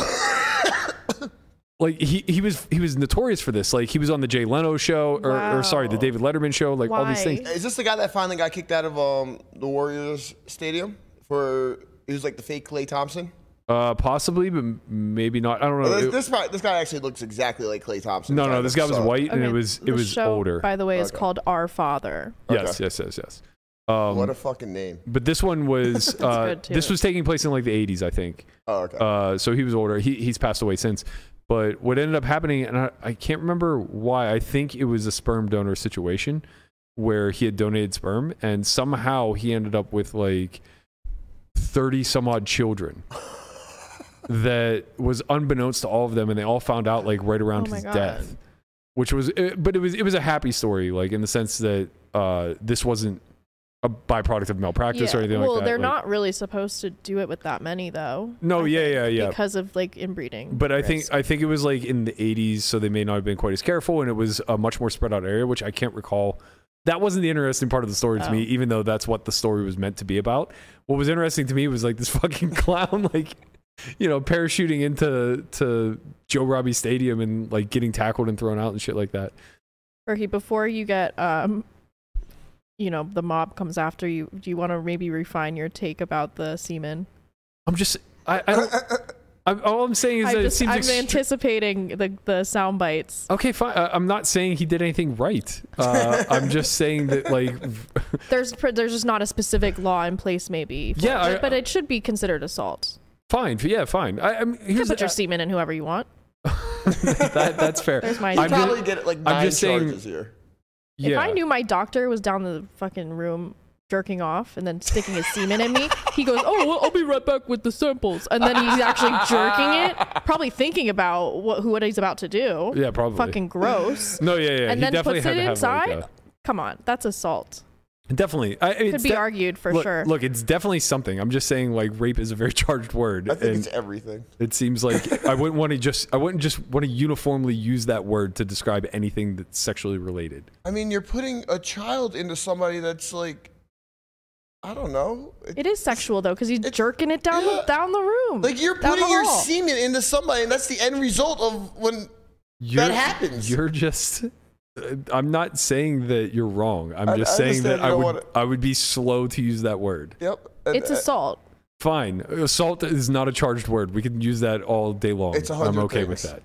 D: like he he was he was notorious for this. Like he was on the Jay Leno show or, or sorry the
B: Wow.
D: David Letterman show. Like all these
B: Why?
D: things.
C: Is this the guy that finally got kicked out of um the Warriors stadium for he was like the fake Clay Thompson?
D: Uh, possibly, but m- maybe not. I don't know.
C: This,
D: Oh, It-
C: this, guy, this guy actually looks exactly like Clay Thompson.
D: no,
C: kind
D: no,
C: of,
D: this guy was
C: so-
D: white and
B: Okay,
D: it was it
B: the
D: was
B: show,
D: older.
B: By the way, is
C: Okay.
B: called Our Father.
D: Yes, yes, yes, yes. Um,
C: What a fucking name.
D: but this one was uh,
B: good, too.
D: this was taking place in like the 80s, I think.
C: Oh, okay.
D: Uh, so he was older. He he's passed away since. But what ended up happening, and I, I can't remember why. I think it was a sperm donor situation where he had donated sperm, and somehow he ended up with like thirty some odd children. that was unbeknownst to all of them, and they all found out like right around
B: Oh my
D: his
B: God.
D: death. Which was, eh, but it was it was a happy story, like in the sense that uh, this wasn't a byproduct of malpractice or anything
B: well,
D: like that.
B: they're
D: like-
B: not really supposed to do it with that many, though.
D: No,
B: I
D: yeah,
B: think,
D: yeah, yeah.
B: Because of like inbreeding.
D: But I
B: risk.
D: think I think it was like in the 80s, so they may not have been quite as careful, and it was a much more spread out area, which I can't recall that wasn't the interesting part of the story to me,
B: Oh.
D: even though that's what the story was meant to be about. What was interesting to me was like this fucking clown, like you know, parachuting into to Joe Robbie Stadium and like getting tackled and thrown out and shit like that.
B: Ricky, before you get um you know, the mob comes after you, do you want to maybe refine your take about the semen?
D: I'm just, I, I don't. I'm, all I'm saying is
B: I
D: that
B: just,
D: it seems
B: I'm
D: extre-
B: anticipating the the sound bites.
D: Okay, fine. I- I'm not saying he did anything right. Uh, I'm just saying that, like,
B: There's pr- there's just not a specific law in place, maybe. for
D: Yeah,
B: it,
D: I-
B: but it should be considered assault.
D: fine. Yeah, fine. I, I'm,
B: You can
D: here's
B: put your
D: the,
B: semen in whoever you want.
D: that, that's fair.
B: There's my.
D: I'm
C: You probably
D: just-
C: get like
D: I'm
C: nine
D: just saying-
C: charges here.
D: yeah.
B: If I knew my doctor was down the fucking room jerking off and then sticking his semen in me, he goes, "Oh, well, I'll be right back with the samples," and then he's actually jerking it, probably thinking about what who- what he's about to do.
D: Yeah, probably.
B: Fucking gross.
D: no, yeah, yeah.
B: and
D: he
B: then
D: definitely
B: puts
D: had
B: it
D: to have
B: inside.
D: Like
B: Come on, that's assault.
D: a, definitely. I, it's
B: Could be
D: de-
B: argued for
D: look,
B: sure.
D: Look, it's definitely something. I'm just saying, like, rape is a very charged word,
C: I think
D: and
C: it's everything.
D: it seems like I wouldn't want to just, I wouldn't just want to uniformly use that word to describe anything that's sexually related.
C: I mean, you're putting a child into somebody that's like, I don't know. It-
B: It is sexual though, because he's
C: It's-
B: jerking it down the, down the room.
C: like you're
B: down the
C: putting your
B: hall.
C: semen into somebody, and that's the end result of when.
D: You're-
C: happens.
D: You're just. uh, I'm not saying that you're wrong. I'm
C: I-
D: just
C: I
D: saying
C: understand
D: that
C: you
D: I
C: don't
D: would
C: wanna-
D: I would be slow to use that word.
C: Yep. and-
B: It's
C: uh,
B: assault.
D: Fine, assault is not a charged word. We can use that all day long.
C: It's a
D: I'm
C: hundred
D: okay with
C: things.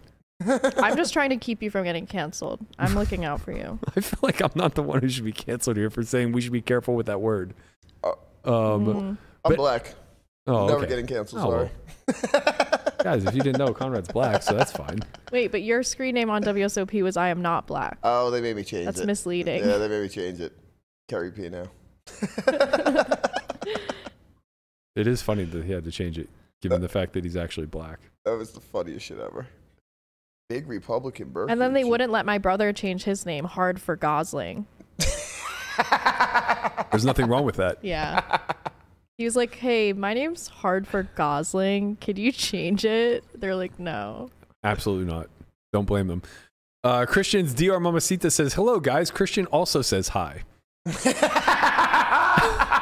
D: that.
B: I'm just trying to keep you from getting canceled. I'm looking out for you.
D: I feel like I'm not the one who should be canceled here for saying we should be careful with that word.
C: Uh,
D: Um,
B: Mm.
C: I'm
D: But-
C: black.
D: oh,
C: Never
D: okay.
C: getting canceled.
D: Oh,
C: Sorry.
D: guys, if you didn't know, Conrad's black, so that's fine.
B: Wait, but your screen name on WSOP was I am not black.
C: Oh, they made me change
B: That's
C: it.
B: misleading.
C: Yeah, they made me change it. Carrie P now.
D: It is funny that he had to change it, given the fact that he's actually black.
C: That was the funniest shit ever. Big Republican birth.
B: And then they wouldn't let my brother change his name hard for Gosling.
D: There's nothing wrong with that.
B: Yeah. He was like, "Hey, my name's hard for Gosling. Could you change it?" They're like, "No."
D: Absolutely not. Don't blame them. Uh, Christian's DR Mamacita says, Hello, guys. Christian also says hi.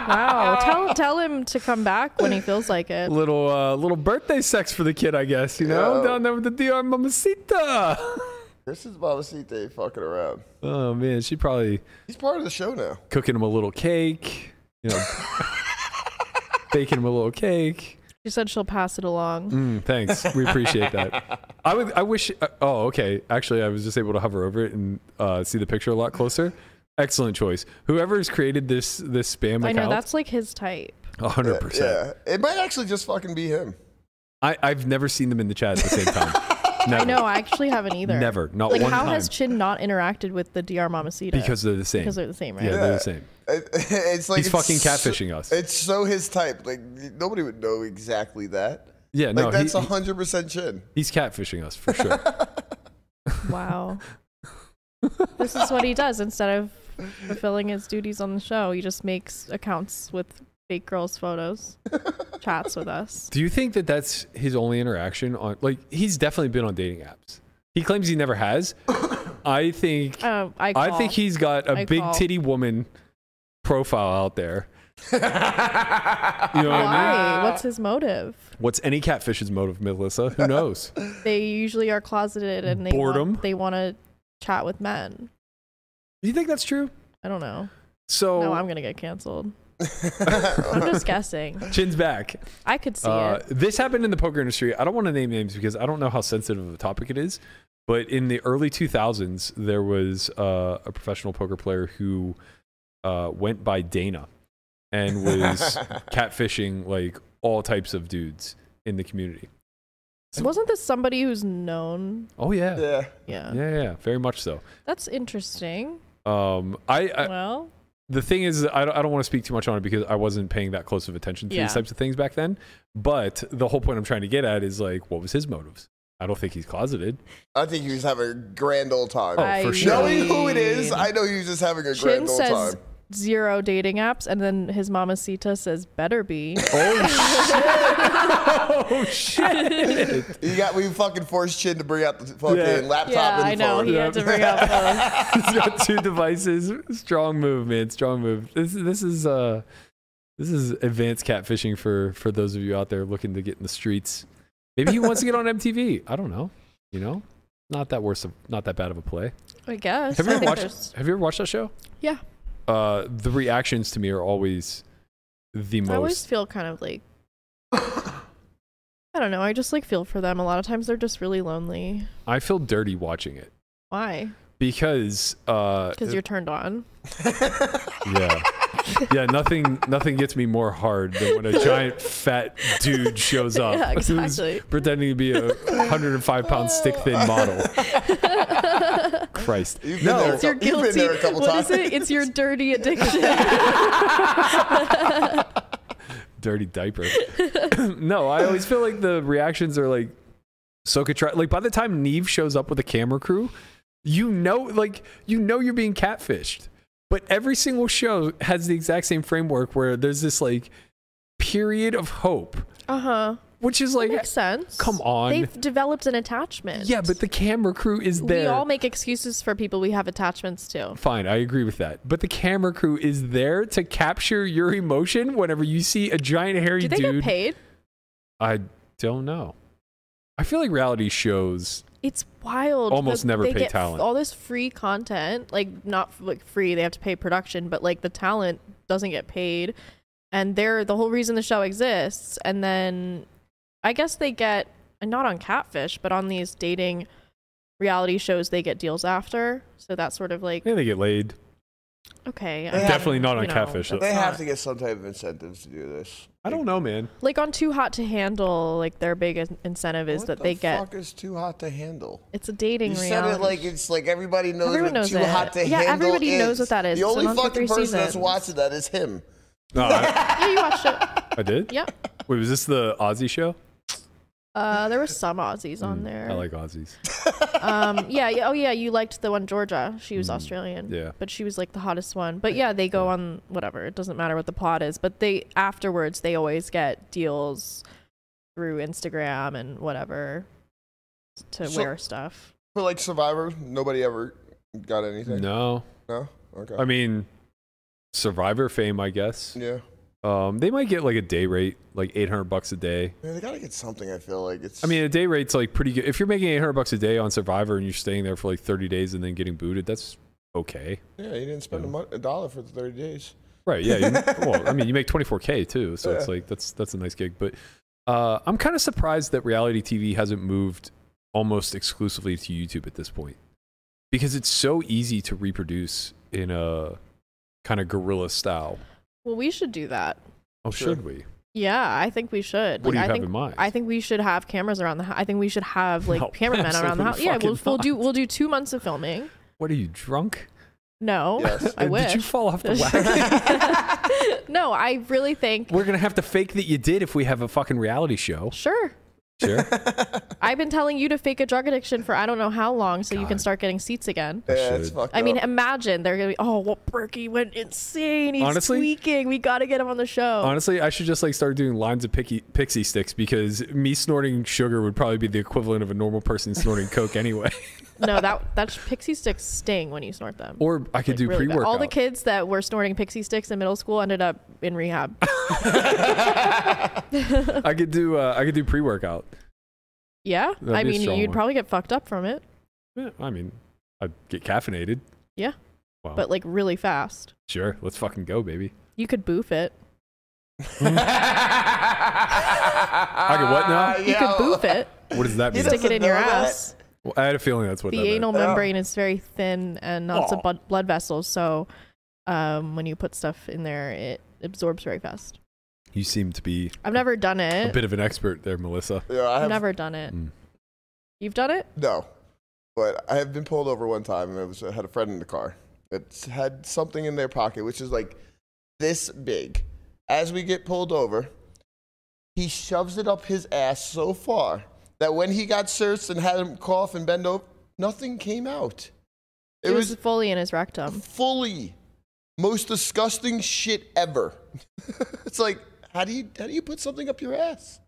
B: Wow. Oh, tell tell him to come back when he feels like it.
D: Little uh, little birthday sex for the kid, I guess, you know?
C: Yeah.
D: Down there with the DR Mamacita.
C: This is Babasite fucking around.
D: oh, man. She probably
C: He's part of the show now.
D: cooking him a little cake, you know, baking him a little cake.
B: She said she'll pass it along.
D: Mm, thanks. We appreciate that. I would. I wish. Uh, oh, okay. Actually, I was just able to hover over it and uh, see the picture a lot closer. Excellent choice. Whoever's created this this spam
B: I
D: account,
B: know that's like his type.
D: hundred percent.
C: Yeah, it might actually just fucking be him.
D: I, I've never seen them in the chat at the same time. Never.
B: I know, I actually haven't either.
D: Never. Not
B: Like
D: one
B: how
D: time.
B: has Chin not interacted with the DR Mamacita?
D: because they're the same.
B: because they're the same, right?
D: yeah, they're the same.
C: It- it's like
D: He's
C: it's
D: fucking
C: so-
D: catfishing us.
C: It's so his type. Like nobody would know exactly that.
D: Yeah,
C: Like
D: no, he-
C: that's
D: he-
C: hundred percent chin.
D: he's catfishing us for sure.
B: Wow. this is what he does instead of fulfilling his duties on the show. He just makes accounts with fake girls' photos, chats with us.
D: Do you think that that's his only interaction on? Like, he's definitely been on dating apps. He claims he never has. I think
B: Uh, I,
D: I
B: call.
D: think he's got a
B: I
D: big
B: call.
D: titty woman profile out there. you know what I mean?
B: Why? What's his motive?
D: What's any catfish's motive, Melissa? Who knows?
B: They usually are closeted and they
D: Boredom?
B: Want, they want to chat with men.
D: Do you think that's true?
B: I don't know.
C: Oh.
D: So
B: No, I'm gonna get canceled. I'm just guessing.
D: chin's back.
B: I could see
D: Uh,
B: it.
D: this happened in the poker industry. I don't want to name names because I don't know how sensitive of a topic it is. But in the early 2000s, there was uh, a professional poker player who uh, went by Dana and was catfishing like all types of dudes in the community.
B: So wasn't this somebody who's known?
D: Oh yeah, yeah,
C: yeah.
B: Yeah,
D: yeah, yeah, very much so.
B: that's interesting.
D: Um, I, I
B: well,
D: the thing is I don't, I don't want to speak too much on it because i wasn't paying that close of attention to
B: Yeah.
D: these types of things back then but the whole point i'm trying to get at is like what was his motives i don't think he's closeted
C: I think he was having a grand old time.
D: Oh, for
B: I
D: sure.
C: Knowing who it is,
B: mean-
C: I know he was just having a
B: Chin
C: grand old
B: says
C: time.
B: zero dating apps, and then his mamacita says better be.
C: Oh,
D: oh shit!
C: You got we fucking forced Chin to bring out the fucking
D: Yeah.
C: laptop
B: yeah,
C: and
B: I know
C: phone.
B: he had to bring up. phone.
D: He's got two devices. Strong move, man. Strong move. This this is uh this is advanced catfishing for for those of you out there looking to get in the streets. Maybe he wants to get on MTV. I don't know. You know, not that worse. Of, not that bad of a play.
B: I guess.
D: Have you
B: I
D: ever
B: think
D: watched?
B: there's-
D: Have you ever watched that show?
B: Yeah.
D: Uh, the reactions to me are always the
B: I always
D: most.
B: feel kind of like. I don't know. I just like feel for them. A lot of times they're just really lonely.
D: I feel dirty watching it
B: Why?
D: because uh,
B: Because you're turned on.
D: Yeah. Yeah, nothing nothing gets me more hard than when a giant fat dude shows up.
B: Yeah,
D: who's
B: exactly.
D: pretending to be a 105 pound stick thin model. Christ.
C: You've been there a
D: No,
B: It's your
C: couple- you've
B: guilty.
C: been there a couple
B: what is
C: times.
B: it? It's your dirty addiction.
D: dirty diaper. no, I always feel like the reactions are like so contrived. Like by the time Neve shows up with a camera crew, you know, like you know you're being catfished. But every single show has the exact same framework where there's this like period of hope,
B: uh huh.
D: which is like eh,
B: Makes sense.
D: come on.
B: They've developed an attachment.
D: Yeah, but the camera crew is there.
B: we all make excuses for people we have attachments to.
D: Fine, I agree with that. But the camera crew is there to capture your emotion whenever you see a giant hairy
B: Do they
D: dude.
B: get paid?
D: I don't know. I feel like reality shows.
B: It's wild.
D: Almost
B: that
D: never
B: they
D: pay
B: get f-
D: talent.
B: All this free content, like not f- like free, they have to pay production, but like the talent doesn't get paid, and they're the whole reason the show exists. And then, I guess they get and not on Catfish, but on these dating reality shows, they get deals after. So that's sort of like
D: Yeah, they get laid.
B: okay, I
C: They
B: mean,
D: Definitely not
B: you
D: on
B: know,
D: Catfish, though.
B: that's
C: They have
B: not-
C: to get some type of incentives to do this.
D: I don't know, man.
B: like on Too Hot to Handle. Like their big in- incentive is
C: what
B: that
C: the
B: they get
C: fuck is too hot to handle?
B: it's a dating.
C: You said
B: reality
C: it like it's like everybody knows
B: Everyone
C: what
B: knows
C: too
B: it.
C: hot to
B: Yeah,
C: handle
B: everybody
C: is.
B: knows what that is.
C: The
B: It's
C: only
B: been on for
C: fucking
B: three
C: person that's
B: seasons.
C: watching that is him.
D: No, I,
B: yeah, you watched it.
D: I did.
B: Yep.
D: Wait, was this the Aussie show?
B: Uh, there were some Aussies on
D: Mm,
B: there.
D: I like Aussies.
B: um, yeah, yeah. Oh, yeah. You liked the one Georgia. She was Australian.
D: Mm, yeah.
B: But she was like the hottest one. But yeah, they go on whatever. It doesn't matter what the plot is. But they afterwards they always get deals through Instagram and whatever to
C: So-
B: wear stuff.
C: But like Survivor, nobody ever got anything.
D: No,
C: No? Okay.
D: I mean Survivor fame, I guess.
C: yeah.
D: Um, they might get like a day rate, like eight hundred bucks a day.
C: Man, they gotta get something. I feel like it's.
D: I mean, a day rate's like pretty good. If you're making 800 bucks a day on Survivor and you're staying there for like 30 days and then getting booted, that's okay.
C: yeah, you didn't spend a, mon- a dollar for thirty days.
D: Right. Yeah. You, well, I mean, you make 24K too. So it's
C: Yeah.
D: like, that's, that's a nice gig. But uh, I'm kind of surprised that reality TV hasn't moved almost exclusively to YouTube at this point because it's so easy to reproduce in a kind of guerrilla style.
B: Well, we should do that.
D: Oh,
C: Sure.
D: should we?
B: Yeah, I think we should.
D: What do you
B: I
D: have
B: think
D: in mind?
B: I think we should have cameras around the house. I think we should have like
D: No,
B: cameramen around the
D: absolutely
B: house. Yeah, we'll,
D: fucking
B: we'll do
D: not.
B: we'll do two months of filming.
D: What are you drunk?
B: No,
C: Yes.
B: I wish.
D: Did you fall off the wagon?
B: no, I really think
D: We're gonna have to fake that you did if we have a fucking reality show.
B: sure.
D: Sure.
B: I've been telling you to fake a drug addiction for I don't know how long, so you can
D: God.
B: start getting seats again.
C: Yeah, it's
D: should.
C: fucked
B: I mean,
C: up.
B: imagine they're gonna be, oh, well, Berkey went insane. He's
D: Honestly-
B: tweaking. We gotta get him on the show.
D: Honestly, I should just like start doing lines of picky, pixie sticks because me snorting sugar would probably be the equivalent of a normal person snorting coke anyway.
B: no, that that's pixie sticks sting when you snort them.
D: Or I could
B: Like,
D: do
B: really bad.
D: pre-workout.
B: All the kids that were snorting pixie sticks in middle school ended up in rehab.
D: I could do uh, I could do pre-workout.
B: Yeah,
D: That'd
B: I
D: be a
B: mean,
D: strong
B: you'd
D: one.
B: probably get fucked up from it,
D: Yeah, I mean, I'd get caffeinated.
B: Yeah.
D: Wow.
B: but like really fast.
D: sure, let's fucking go, baby.
B: You could boof it.
C: I
D: could what now?
B: You could boof it.
D: What does that
C: He
D: mean?
B: Stick it in your
C: know that. Oh.
B: ass.
D: Well, I had a feeling that's what
B: the
D: that meant.
B: anal
C: Yeah.
B: membrane is very thin and lots
D: Aw.
B: of blood, blood vessels so um, when you put stuff in there it absorbs very fast
D: You seem to be
B: i've never done
D: a
B: it
D: bit of an expert there, Melissa.
C: Yeah, I
B: i've
C: have
B: never done it
D: Mm.
B: you've done it
C: No, but I have been pulled over one time, and it was I had a friend in the car that had something in their pocket, which is like this big. As we get pulled over, he shoves it up his ass so far that when he got searched and had him cough and bend over, nothing came out. It
B: it, was,
C: was
B: fully in his rectum
C: fully most disgusting shit ever. it's like how do you how do you put something up your ass?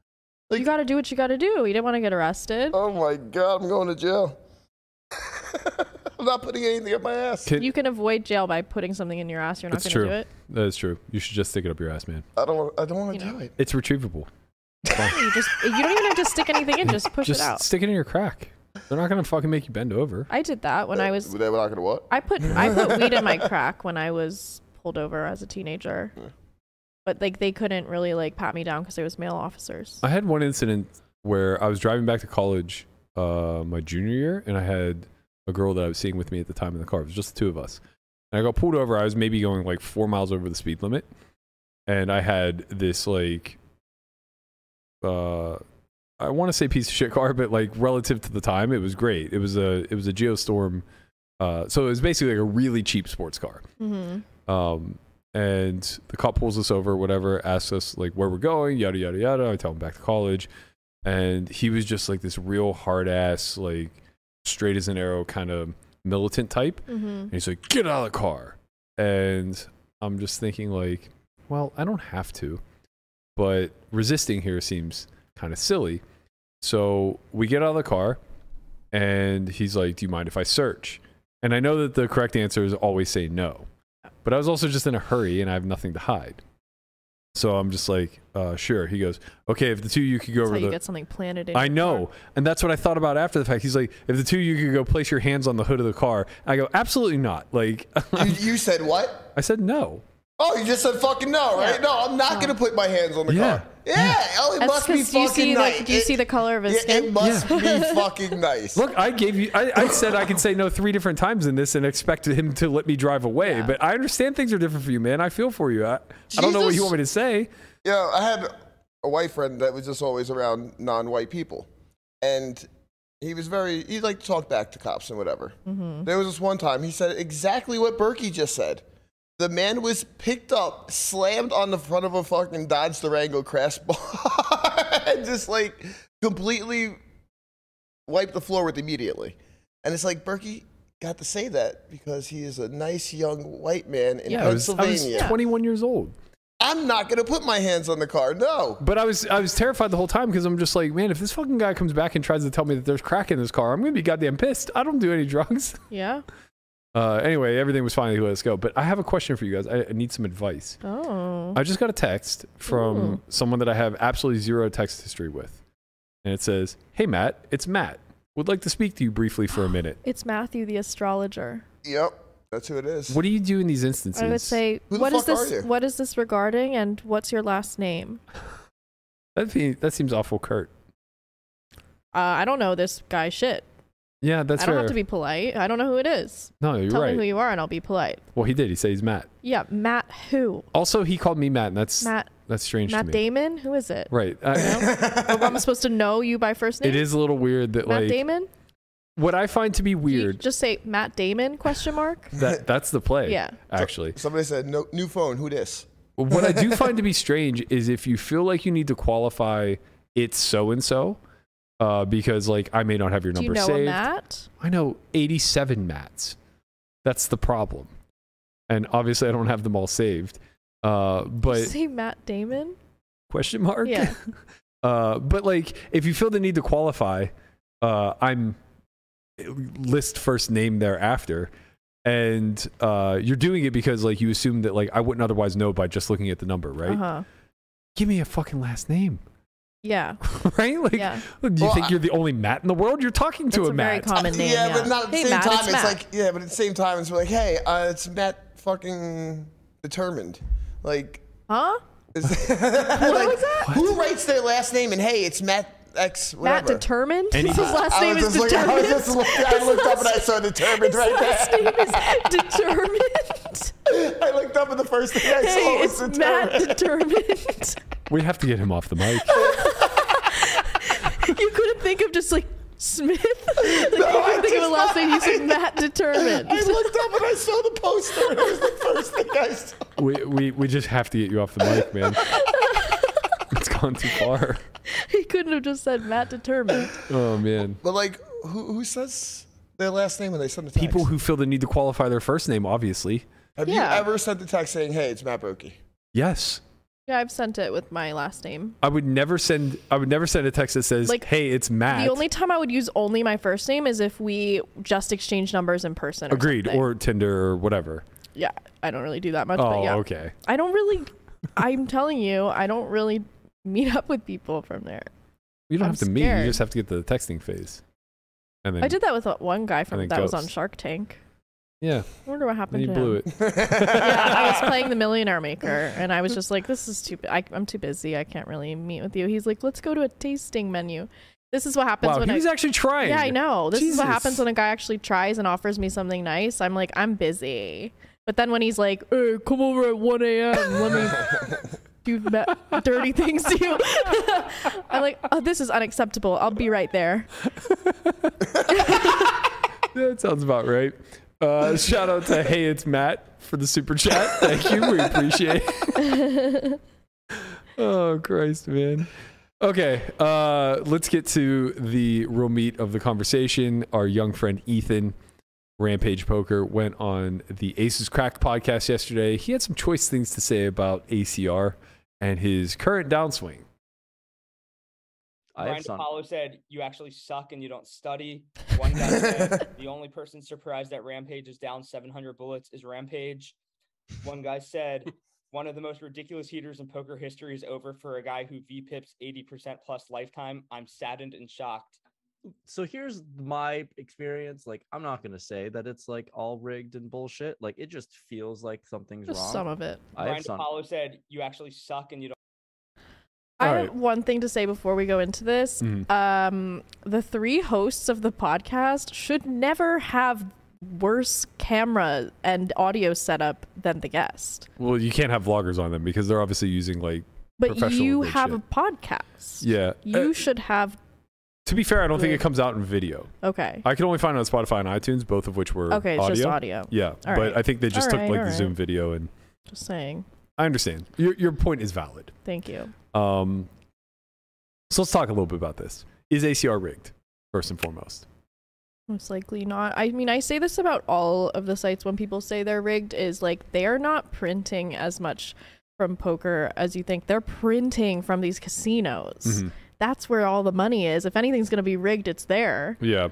B: you got to do what you got to do. You didn't want to get arrested.
C: Oh my god, I'm going to jail. I'm not putting anything up my ass.
D: Can-
B: you can avoid jail by putting something in your ass. You're not
D: That's
B: going
D: true.
B: to do it.
D: That is true. You should just stick it up your ass, man.
C: I don't I don't want
B: You
C: to
B: know.
C: do it.
D: It's retrievable.
B: You just you don't even have to stick anything in. Just push
D: just
B: it out.
D: stick it in your crack. They're not gonna fucking make you bend over.
B: I did that when I was
C: They were not gonna what?
B: I put I put weed in my crack when I was pulled over as a teenager,
C: Yeah.
B: but like they couldn't really like pat me down because I was male officers.
D: I had one incident where I was driving back to college uh, my junior year, and I had a girl that I was seeing with me at the time in the car. It was just the two of us. And I got pulled over. I was maybe going like four miles over the speed limit, and I had this like, uh, I want to say piece of shit car, but like relative to the time, it was great. It was a it was a Geostorm, uh, so it was basically like a really cheap sports car.
B: Mm-hmm.
D: Um, and the cop pulls us over, whatever, asks us like where we're going, yada yada yada. I tell him back to college, and he was just like this real hard ass, like straight as an arrow kind of militant type.
B: Mm-hmm.
D: And he's like, "Get out of the car," and I'm just thinking like, well, I don't have to, but resisting here seems kind of silly. So we get out of the car, and he's like, "Do you mind if I search?" And I know that the correct answer is always say no, but I was also just in a hurry and I have nothing to hide. So I'm just like, uh, "Sure." He goes, "Okay, if the two of you could go
B: That's how
D: over
B: you
D: the."
B: get something planted in.
D: I
B: your
D: know.
B: car.
D: And that's what I thought about after the fact. He's like, if the two of you could go place your hands on the hood of the car. I go, absolutely not. Like,
C: You, you said what?
D: I said no.
C: Oh, you just said fucking no, right?
B: Yeah.
C: No, I'm not gonna put my hands on the
D: Yeah.
C: car. Yeah.
D: Yeah.
C: Oh, it
B: That's
C: must be
B: because do
C: fucking
B: you see
C: nice.
B: the do you
C: It-
B: see the color of his
C: yeah,
B: skin?
C: it must be fucking nice.
D: Look, I gave you, I, I said I could say no three different times in this and expected him to let me drive away. But I understand things are different for you, man. I feel for you. I, I don't know what you
C: Jesus.
D: want me to say.
C: Yeah, I had a white friend that was just always around non-white people, and he was very he liked to talk back to cops and whatever. There was this one time he said exactly what Berkey just said. The man was picked up, slammed on the front of a fucking Dodge Durango crash bar, and just like completely wiped the floor with immediately. And it's like Berkey got to say that because he is a nice young white man in
D: Yeah, I was, I was
C: Pennsylvania.
D: 21 years old.
C: I'm not gonna put my hands on the car. No.
D: But I was, I was terrified the whole time because I'm just like, man, if this fucking guy comes back and tries to tell me that there's crack in this car, I'm going to be goddamn pissed. I don't do any drugs.
B: Yeah.
D: Uh, anyway, everything was fine. He let us go. But I have a question for you guys. I, I need some advice.
B: Oh.
D: I just got a text from
B: Ooh.
D: someone that I have absolutely zero text history with. And it says, Hey, Matt, it's Matt. Would like to speak to you briefly for a minute.
B: It's Matthew the astrologer.
C: Yep, that's who it is.
D: What do you do in these instances?
B: I would say,
C: Who the
B: what is
C: fuck are
B: this?
C: you?
B: What is this regarding? And what's your last name?
D: that, be, that seems awful curt.
B: Uh, I don't know this guy shit.
D: Yeah, that's
B: I don't
D: fair.
B: have to be polite. I don't know who it is.
D: no, you're
B: Tell
D: right.
B: me who you are, and I'll be polite.
D: well, he did. He said he's Matt.
B: Yeah, Matt. Who?
D: Also, he called me Matt, and that's
B: Matt.
D: that's strange to
B: Matt
D: me.
B: Damon. Who is it?
D: Right. I,
B: Like, I'm supposed to know you by first name.
D: it is a little weird that
B: Matt
D: like
B: Damon.
D: what I find to be
B: You
D: weird.
B: just say Matt Damon? Question mark.
D: that that's the play.
B: Yeah.
D: Actually.
C: Somebody said, no, new phone, who this?
D: what I do find to be strange is if you feel like you need to qualify it's so and so, uh, because like I may not have your
B: Do you
D: number
B: know a
D: saved.
B: Matt?
D: I know 87 mats. That's the problem, and obviously I don't have them all saved. Uh,
B: Did you
D: but
B: say Matt Damon.
D: question mark.
B: Yeah.
D: uh, but like if you feel the need to qualify, uh, I'm uh, list first name thereafter. And uh, you're doing it because like you assume that like I wouldn't otherwise know by just looking at the number, right?
B: Uh huh.
D: give me a fucking last name,
B: Yeah.
D: right? Like,
B: Yeah. uh,
D: do you
C: Well,
D: think
C: I-
D: you're the only Matt in the world? You're talking to
B: That's
D: a
B: a very
D: Matt.
B: common name.
C: yeah, but not at the
B: Hey,
C: same
B: Matt,
C: time.
B: It's,
C: It's,
B: Matt.
C: like, yeah, but at the same time, it's like, hey, uh, it's Matt fucking determined. Like,
B: huh?
C: it's,
B: What
C: like,
B: was that?
C: who writes their last name and hey, it's Matt X whatever.
B: Matt determined.
D: Any-
B: His last
C: I
B: name
C: was
B: is
C: just looking- I
B: determined.
C: was just looking- I
B: His
C: looked up and I
B: last-
C: saw determined
B: his
C: right there.
B: last name is determined.
C: I looked up and the first thing I
B: Hey,
C: saw was
B: it's
C: determined.
B: Matt determined.
D: We have to get him off the mic.
B: you couldn't think of just like Smith. Like, you
C: I
B: couldn't think of a
C: just-
B: last name. You said Matt determined.
C: I looked up and I saw the poster. It was the first thing I saw.
D: we, we we just have to get you off the mic, man. it's gone too far.
B: he couldn't have just said Matt determined.
D: Oh man.
C: But like, who who says their last name when they send a text?
D: People who feel the need to qualify their first name, obviously.
C: Have
B: Yeah.
C: you ever sent a text saying, "Hey, it's Matt Berkey"?
D: Yes.
B: Yeah, I've sent it with my last name.
D: I would never send I would never send a text that says,
B: Like,
D: "Hey, it's Matt."
B: The only time I would use only my first name is if we just exchange numbers in person. Or
D: Agreed
B: something.
D: or Tinder or whatever.
B: yeah, I don't really do that much. but
D: Oh,
B: yeah.
D: okay.
B: I don't really. I'm telling you, I don't really meet up with people from there.
D: You don't
B: I'm
D: have to meet. You
B: scared.
D: just have to get to the texting phase. And then
B: I did that with that one guy from
D: think
B: that was on
D: ghosts.
B: Shark Tank.
D: Yeah,
B: I wonder what
D: then
B: happened
D: you
B: to
D: blew
B: him.
D: it.
B: Yeah, I was playing the Millionaire Maker, and I was just like, "This is too. I, I'm too busy. I can't really meet with you." He's like, "Let's go to a tasting menu." This is what happens
D: Wow,
B: when
D: he
B: I.
D: was actually trying.
B: Yeah, I know. This is what
D: Jesus.
B: happens when a guy actually tries and offers me something nice. I'm like, I'm busy. But then when he's like, hey, come over at 1 a.m. Let me do ma- dirty things to you. I'm like, oh, this is unacceptable. I'll be right there.
D: That sounds about right. Uh, shout out to Hey It's Matt for the super chat. Thank you. We appreciate it. oh, Christ, man. Okay, uh, let's get to the real meat of the conversation. Our young friend Ethan, Rampage Poker, went on the Aces Cracked podcast yesterday. He had some choice things to say about ACR and his current downswing.
F: Brian DePaulo said, "You actually suck and you don't study." One guy said, "The only person surprised that Rampage is down 700 bullets is Rampage." One guy said, "One of the most ridiculous heaters in poker history is over for a guy who V pips 80% plus lifetime. I'm saddened and shocked."
G: so here's my experience. Like, I'm not gonna say that it's like all rigged and bullshit. Like, it just feels like something's
B: Just
G: wrong.
B: some of it.
G: I
F: Brian
G: have some.
F: DePaulo
G: said,
F: You actually suck and you don't.
B: I
D: All
B: have
D: right.
B: one thing to say before we go into this.
D: Mhm.
B: Um, the three hosts of the podcast should never have worse camera and audio setup than the guest.
D: Well, you can't have vloggers on them because they're obviously using like
B: But
D: Professional
B: you
D: good
B: have
D: shit.
B: a podcast.
D: yeah.
B: You
D: Uh,
B: should have.
D: to be fair, I don't think
B: Good.
D: it comes out in video.
B: Okay.
D: I can only find it on Spotify and iTunes, both of which were
B: Okay, it's
D: audio.
B: just audio.
D: Yeah, but
B: right.
D: I think they just
B: All
D: took
B: right,
D: like
B: all
D: the
B: right.
D: Zoom video, and
B: Just saying.
D: I understand your your point is valid.
B: Thank you.
D: Um, so let's talk a little bit about this. Is ACR rigged? First and foremost,
B: Most likely not. I mean, I say this about all of the sites when people say they're rigged is like they're not printing as much from poker as you think. They're printing from these casinos.
D: Mhm.
B: That's where all the money is. If anything's going to be rigged, it's there.
D: yeah.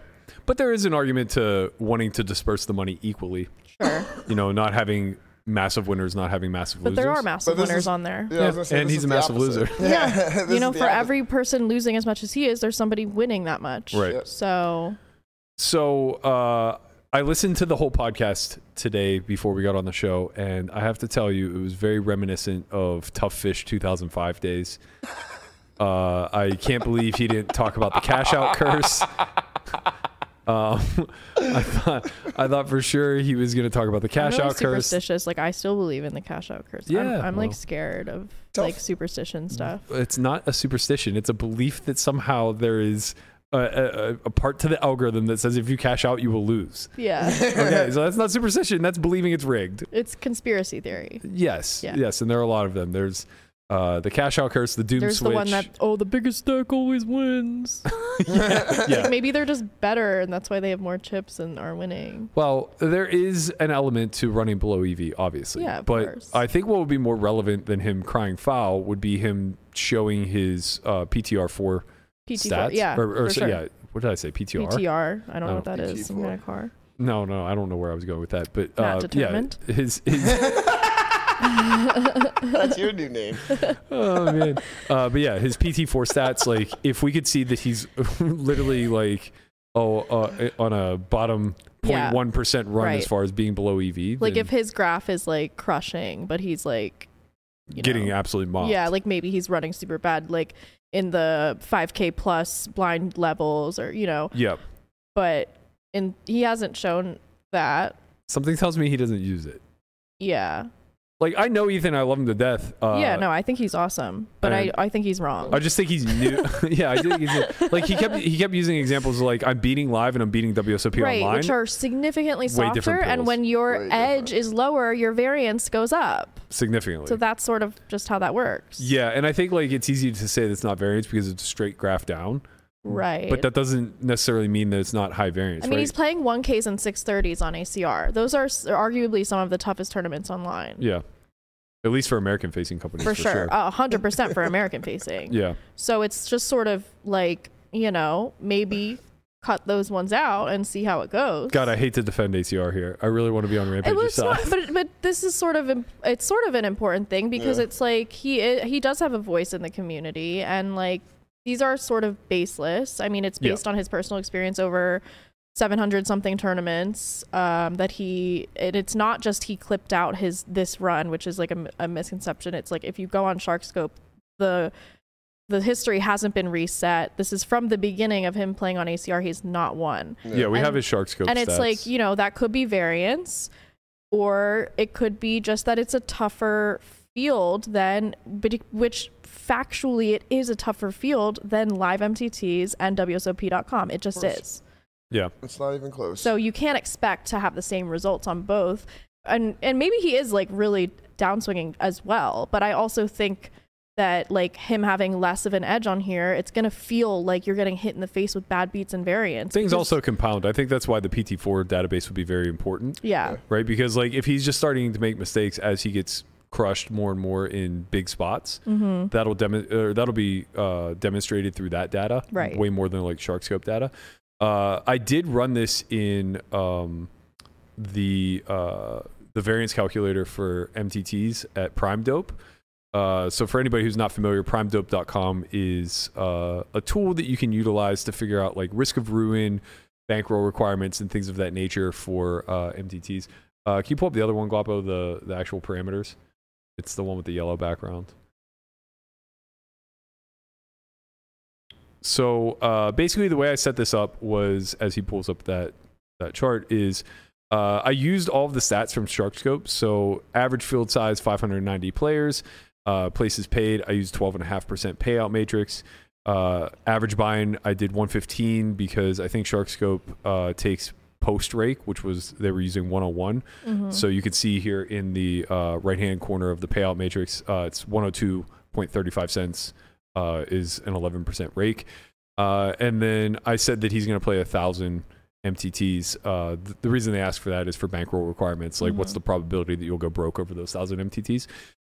D: But there is an argument to wanting to disperse the money equally.
B: Sure.
D: You know, not having massive winners, not having massive
B: but
D: losers.
B: there are massive
C: But this
B: winners
C: is-
B: on there.
C: Yeah, I was gonna say,
D: And
C: this
D: he's
C: is
D: a
C: the
D: massive
C: opposite.
D: loser.
C: Yeah, this
B: you
C: is
B: know,
C: the
B: for
C: opposite.
B: every person losing as much as he is, there's somebody winning that much.
D: Right.
B: So,
D: So uh, I listened to the whole podcast today before we got on the show, and I have to tell you, it was very reminiscent of Tough Fish 2005 days. Uh, I can't believe he didn't talk about the cash out curse. Um, I thought I thought for sure he was going to talk about the
B: I'm
D: cash
B: really
D: out curse.
B: superstitious. Like I still believe in the cash out curse. I'm-
D: Yeah,
B: I'm, like
D: well. Mm.
B: scared of
C: Tough.
B: like superstition stuff.
D: It's not a superstition; it's a belief that somehow there is a, a, a- a part to the algorithm that says if you cash out, you will lose.
B: Yeah,
D: Okay, so that's not superstition; that's believing it's rigged.
B: it's conspiracy theory.
D: Yes,
B: Yeah.
D: yes, and there are a lot of them. There's uh, the cash out curse, the doom
B: There's
D: switch.
B: the one that oh the biggest stack always wins.
D: yeah.
B: Maybe they're just better and that's why they have more chips and are winning.
D: Well, there is an element to running below EV, obviously.
B: Yeah, of
D: but
B: course.
D: I think what would be more relevant than him crying foul would be him showing his uh, PTR four
B: PT4,
D: stats.
B: yeah,
D: or, or
B: for
D: so-
B: sure.
D: yeah. What did I say? PTR.
B: PTR. I don't know
D: Oh,
B: what that is. Some
C: PT4.
B: kind of car.
D: No, no, I don't know where I was going with that, but
B: Not
D: uh,
B: determined.
D: yeah, his, his
C: That's your new name.
D: oh man. Uh, but yeah, his PT four stats. Like, if we could see that he's literally like, oh, uh, on a bottom
B: Yeah.
D: 0.1 percent run
B: Right.
D: as far as being below EV,
B: Like
D: then
B: if his graph is like crushing, but he's like you
D: getting
B: know,
D: absolutely mobbed.
B: Yeah, like maybe he's running super bad, like in the 5k plus blind levels or you know,
D: Yep.
B: but in he hasn't shown that.
D: Something tells me he doesn't use it.
B: Yeah.
D: Like I know Ethan, I love him to death. Uh,
B: yeah, no, I think he's awesome, but I,
D: and-
B: I think he's wrong.
D: I just think he's new. yeah, I think he's like he kept he kept using examples of like I'm beating live and I'm beating WSOP
B: right,
D: online.
B: which are significantly
D: Way different
B: softer, and
D: pills.
B: when your
C: Way
B: edge is lower, your variance goes up.
D: significantly.
B: So that's sort of just how that works.
D: yeah, and I think like it's easy to say that's not variance because it's a straight graph down.
B: right.
D: But that doesn't necessarily mean that it's not high variance,
B: I mean,
D: right?
B: he's playing 1Ks and 630s on ACR. Those are s- are arguably some of the toughest tournaments online.
D: yeah. At least for American facing companies.
B: For, sure. Uh, A 100% for American facing.
D: Yeah.
B: So it's just sort of like, you know, maybe cut those ones out and see how it goes.
D: God, I hate to defend ACR here. I really want to be on
B: It
D: Rampage's
B: was
D: side.
B: not, but but this is sort of im- it's sort of an important thing because
C: Yeah.
B: it's like he i- he does have a voice in the community and like these are sort of baseless. I mean, it's
D: Yeah.
B: based on his personal experience over 700 something tournaments um, that he and it's not just he clipped out his this run, which is like a, m- a misconception. It's like if you go on Sharkscope, the the history hasn't been reset. This is from the beginning of him playing on ACR. He's not won
D: yeah, we have
B: and-
D: his shark scope.
B: and it's like
D: stats.
B: you know that could be variance or it could be just that it's a tougher field than but- which factually it is a tougher field than live mtts and wsop.com it just
C: Of course.
B: is
D: yeah,
C: It's not even close.
B: so you can't expect to have the same results on both and and maybe he is like really downswinging as well but i also think that like him having less of an edge on here it's going to feel like you're getting hit in the face with bad beats and variance
D: things
B: because-
D: also compound. I think that's why the PT4 database would be very important,
B: yeah
D: right? Because like if he's just starting to make mistakes as he gets crushed more and more in big spots,
B: mm-hmm.
D: that'll demo- or that'll be uh, demonstrated through that data,
B: Right.
D: Way more than like Sharkscope data. Uh, I did run this in um, the uh, the variance calculator for MTTs at Prime Dope. Uh, so for anybody who's not familiar, PrimeDope.com is uh, a tool that you can utilize to figure out like risk of ruin, bankroll requirements, and things of that nature for uh, MTTs. Uh, can you pull up the other one, Guapo? The the actual parameters. It's the one with the yellow background. so uh, basically the way I set this up was as he pulls up that that chart is uh, I used all of the stats from SharkScope. So average field size 590 players, uh, places paid. I used 12.5% payout matrix. Uh, average buy-in I did 115 because I think SharkScope uh, takes post rake, which was they were using 101.
B: Hmm. Mm-hmm.
D: So you can see here in the uh, right hand corner of the payout matrix, uh, it's 102.35 cents uh, is an 11% rake. Uh, and then I said that he's going to play a thousand MTTs. Uh, th- the reason they ask for that is for bankroll requirements. Like, what's
B: Mhm.
D: the probability that you'll go broke over those thousand MTTs?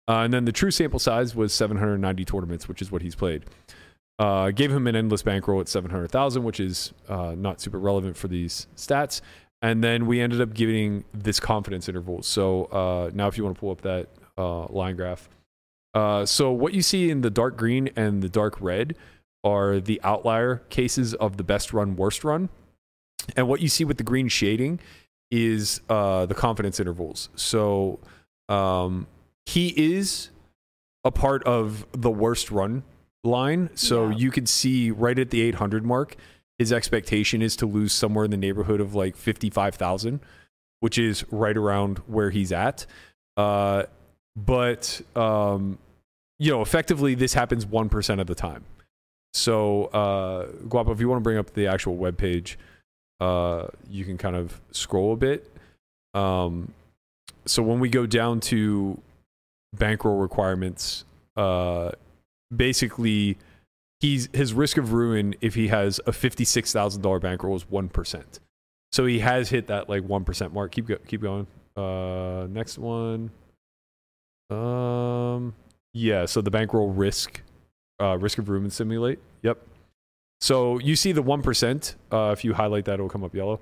D: Uh, and then the true sample size was 790 tournaments, which is what he's played. Uh, gave him an endless bankroll at 700,000, which is uh, not super relevant for these stats. And then we ended up giving this confidence interval. So uh, now, if you want to pull up that uh, line graph, uh, so what you see in the dark green and the dark red are the outlier cases of the best run, worst run. And what you see with the green shading is uh, the confidence intervals. So um, he is a part of the worst run line. So
B: Yeah.
D: you could see right at the 800 mark, his expectation is to lose somewhere in the neighborhood of like 55,000, which is right around where he's at. Uh, but, um, you know, effectively, this happens 1% of the time. So, uh, Guapo, if you want to bring up the actual webpage, uh, you can kind of scroll a bit. Um, so when we go down to bankroll requirements, uh, basically, he's his risk of ruin if he has a fifty-six thousand dollar bankroll is one percent. So he has hit that like one percent mark. Keep go, keep going. Uh, next one. Um, yeah. So the bankroll risk, uh, risk of ruin simulate. Yep. So you see the one percent. Uh, if you highlight that, it'll come up yellow.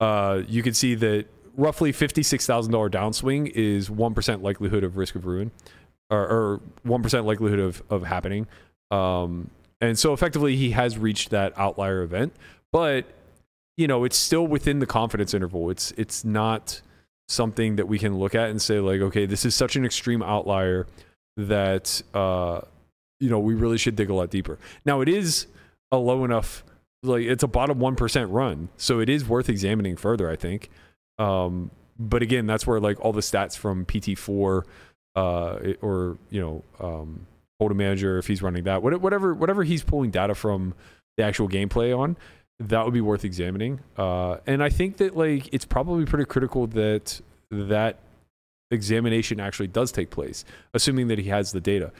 D: Uh, you can see that roughly fifty-six thousand dollar downswing is one percent likelihood of risk of ruin, or one percent likelihood of of happening. Um, and so effectively, he has reached that outlier event, but you know it's still within the confidence interval. It's it's not something that we can look at and say like, okay, this is such an extreme outlier that uh, you know we really should dig a lot deeper. Now it is a low enough like it's a bottom 1% run so it is worth examining further i think um but again that's where like all the stats from pt4 uh it- or you know um hold a manager if he's running that what- whatever whatever he's pulling data from the actual gameplay on that would be worth examining uh and i think that like it's probably pretty critical that that examination actually does take place assuming that he has the data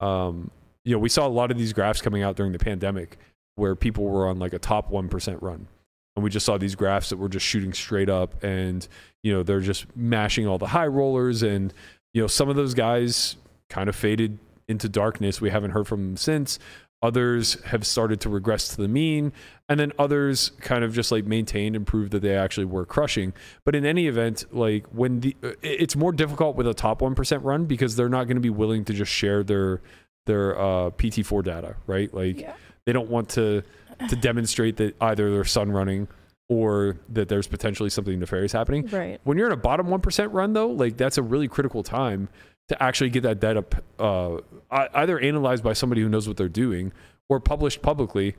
D: um you know we saw a lot of these graphs coming out during the pandemic where people were on like a top 1% run. And we just saw these graphs that were just shooting straight up and, you know, they're just mashing all the high rollers. And, you know, some of those guys kind of faded into darkness. We haven't heard from them since. Others have started to regress to the mean. And then others kind of just like maintained and proved that they actually were crushing. But in any event, like when the, it- it's more difficult with a top 1% run because they're not going to be willing to just share their, their uh, PT4 data, right? Like,
B: Yeah.
D: they don't want to to demonstrate that either they're sun running or that there's potentially something nefarious happening.
B: Right.
D: When you're in a bottom one percent run, though, like that's a really critical time to actually get that data uh, ei- either analyzed by somebody who knows what they're doing or published publicly,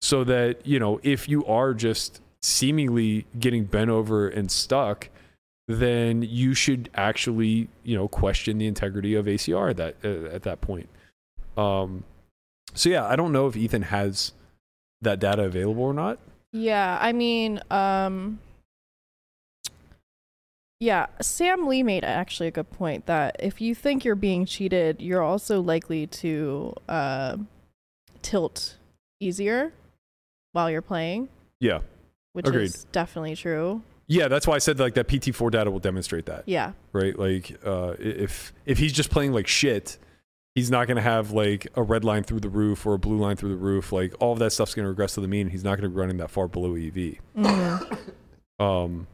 D: so that you know if you are just seemingly getting bent over and stuck, then you should actually you know question the integrity of ACR at that uh, at that point. Um, so yeah, I don't know if Ethan has that data available or not.
B: Yeah, I mean, um Yeah, Sam Lee made actually a good point that if you think you're being cheated, you're also likely to uh tilt easier while you're playing,
D: Yeah,
B: which
D: Agreed.
B: is definitely true.
D: yeah, that's why I said like that PT4 data will demonstrate that.
B: Yeah.
D: right? Like uh, i- if if he's just playing like shit, he's not gonna have like a red line through the roof or a blue line through the roof. Like all of that stuff's gonna regress to the mean. He's not gonna be running that far below EV.
B: Mhm.
D: Um,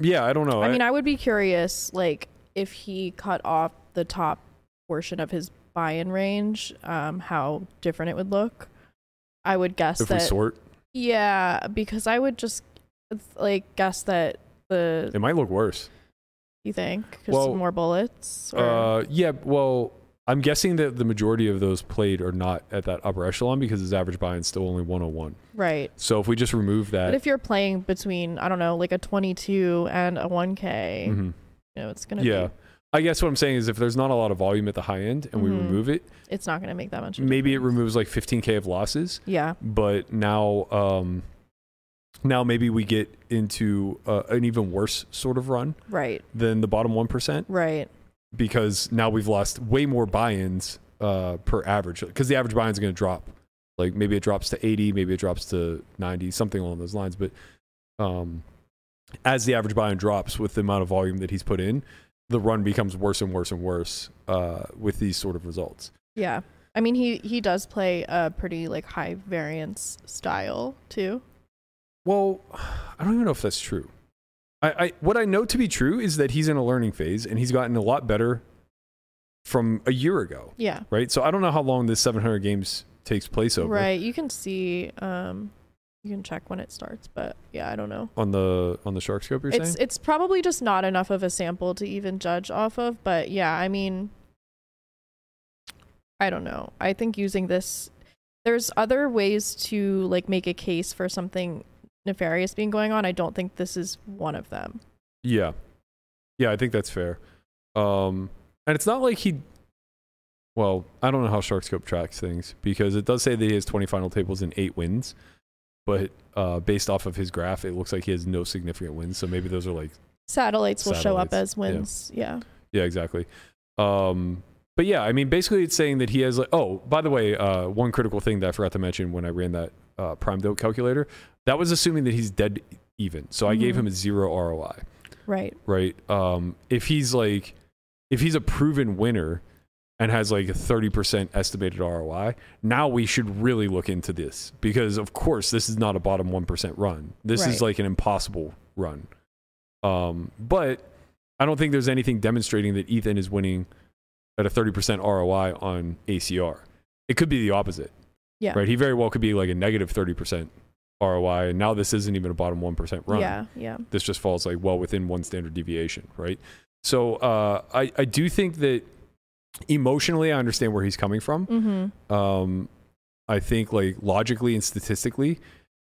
D: yeah, I don't know.
B: I mean, I would be curious, like, if he cut off the top portion of his buy-in range, um, how different it would look. I would guess
D: if we
B: that,
D: sort,
B: yeah, because I would just like guess that the
D: it might look worse.
B: you think because
D: Well,
B: more bullets. Or,
D: Uh, yeah, well, I'm guessing that the majority of those played are not at that upper echelon because his average buy-in's still only 101.
B: right,
D: So if we just remove that,
B: but if you're playing between I don't know, like a 22 and a 1K,
D: Mhm.
B: you know, it's gonna
D: yeah.
B: be,
D: I guess what I'm saying is if there's not a lot of volume at the high end and we
B: Mhm.
D: remove it,
B: it's not gonna make that much. of a
D: maybe it
B: difference.
D: removes like 15k of losses.
B: Yeah,
D: but now um now maybe we get into uh, an even worse sort of run
B: right,
D: than the bottom 1%
B: right,
D: because now we've lost way more buy-ins uh per average because the average buy-in is going to drop like maybe it drops to 80 maybe it drops to 90 something along those lines but um as the average buy-in drops with the amount of volume that he's put in the run becomes worse and worse and worse uh with these sort of results
B: yeah. I mean, he he does play a pretty like high variance style too.
D: Well, I don't even know if that's true. I, I what I know to be true is that he's in a learning phase and he's gotten a lot better from a year ago,
B: Yeah,
D: right? So I don't know how long this 700 games takes place over
B: right. You can see, um, you can check when it starts, but yeah, I don't know.
D: on the on the shark scope. You're
B: It's
D: saying
B: it's probably just not enough of a sample to even judge off of, but yeah, I mean, I don't know. I think using this, there's other ways to like make a case for something nefarious being going on. I don't think this is one of them.
D: yeah, yeah. I think that's fair. Um, and it's not like he. Well, I don't know how shark scope tracks things because it does say that he has 20 final tables and eight wins, but uh, based off of his graph, it looks like he has no significant wins. So maybe those are like.
B: Satellites will show up
D: Satellites,
B: as
D: yeah.
B: wins. Yeah.
D: Yeah, exactly. Um, but yeah, I mean, basically, it's saying that he has like. Oh, by the way, uh, one critical thing that I forgot to mention when I ran that uh, prime dope calculator, that was assuming that he's dead even. So I gave
B: Mhm.
D: him a zero ROI,
B: Right.
D: right? Um, if he's like, if he's a proven winner and has like a thirty percent estimated ROI, now we should really look into this because, of course, this is not a bottom one percent run. This is
B: Right.
D: like an impossible run. Um, but I don't think there's anything demonstrating that Ethan is winning at a 30% ROI on ACR. It could be the opposite.
B: Yeah.
D: Right. He very well could be like a negative 30% ROI. And now this isn't even a bottom 1% run.
B: Yeah. Yeah.
D: This just falls like well within one standard deviation. Right. So uh, I, I do think that emotionally, I understand where he's coming from
B: Mm-hmm.
D: um, I think like logically and statistically,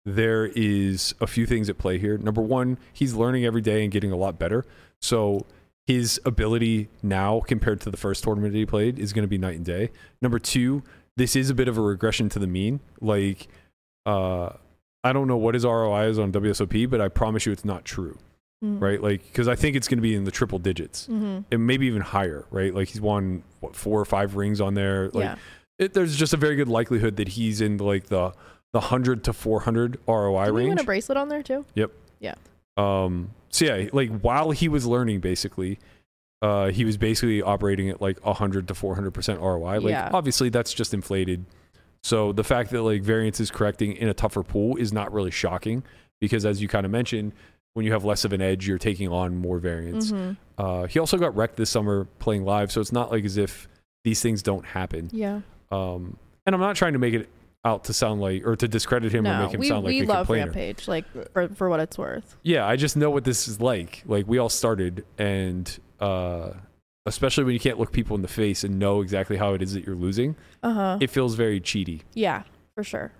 D: there is a few things at play here. Number one, he's learning every day and getting a lot better. So his ability now compared to the first tournament that he played is going to be night and day. Number two, this is a bit of a regression to the mean. Like, uh, I don't know what his ROI is on WSOP, but I promise you it's not true, right? Like, because I think it's going to be in the triple digits
B: Mm-hmm.
D: and maybe even higher, right? Like, he's won what, four or five rings on there. Like,
B: yeah.
D: it, there's just a very good likelihood that he's in like the the 100 to 400 ROI
B: Didn't he win
D: range.
B: a bracelet on there too?
D: um so yeah like while he was learning basically uh he was basically operating at like 100 to 400% ROI like
B: Yeah.
D: obviously that's just inflated so the fact that like variance is correcting in a tougher pool is not really shocking because as you kind of mentioned when you have less of an edge you're taking on more variance
B: Mhm.
D: uh he also got wrecked this summer playing live so it's not like as if these things don't happen
B: Yeah.
D: um and I'm not trying to make it out to sound like or to discredit him or
B: no,
D: make him
B: we,
D: sound like
B: we
D: a
B: love
D: complainer
B: Rampage, like for, for what it's worth.
D: yeah i just know what this is like like we all started and uh especially when you can't look people in the face and know exactly how it is that you're losing
B: Uh huh.
D: it feels very cheaty
B: Yeah, for sure.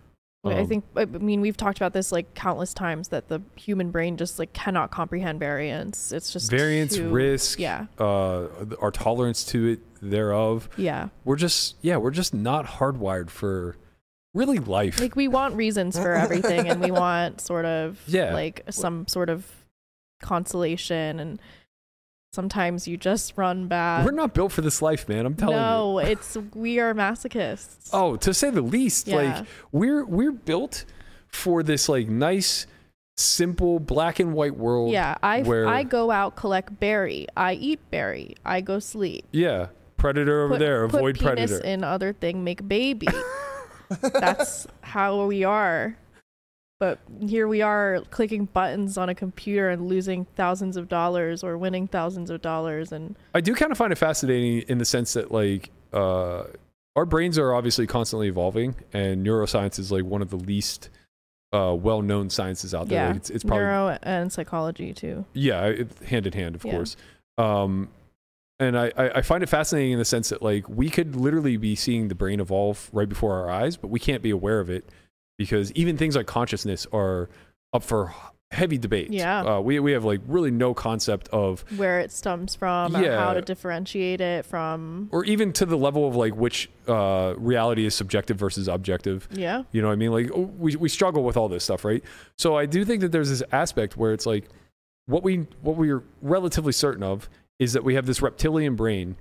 B: Like, I
D: Um,
B: think I I mean we've talked about this like countless times that the human brain just like cannot comprehend variance. It's just
D: variance
B: too-
D: risk
B: Yeah,
D: uh our tolerance to it thereof
B: yeah.
D: we're just yeah we're just not hardwired for really life
B: Like we want reasons for everything, and we want sort of
D: Yeah.
B: like some sort of consolation, and sometimes you just run bad.
D: we're not built for this life man i'm telling you
B: uh, no, it's we are masochists.
D: Oh, to say the least,
B: Yeah.
D: like we're we're built for this like nice, simple black and white world.
B: yeah, I
D: where-
B: I go out collect berry. I eat berry. I go sleep.
D: yeah, predator over
B: put,
D: there,
B: put
D: avoid
B: penis
D: predator.
B: in other thing make baby that's how we are but here we are clicking buttons on a computer and losing thousands of dollars or winning thousands of dollars and
D: I do kind of find it fascinating in the sense that like uh, our brains are obviously constantly evolving, and neuroscience is like one of the least uh, well-known sciences out there.
B: yeah
D: Like, it's, it's probably
B: neuro and psychology too
D: yeah it, hand in hand of
B: Yeah.
D: course um and I, I I find it fascinating in the sense that like we could literally be seeing the brain evolve right before our eyes but we can't be aware of it because even things like consciousness are up for heavy debate
B: Yeah.
D: uh, we, we have like really no concept of
B: where it stems from or how
D: Yeah.
B: to differentiate it from
D: or even to the level of like which uh, reality is subjective versus objective
B: yeah
D: You know what I mean? Like oh, we we struggle with all this stuff, right? So I do think that there's this aspect where it's like what we what we're relatively certain of is that we have this reptilian brain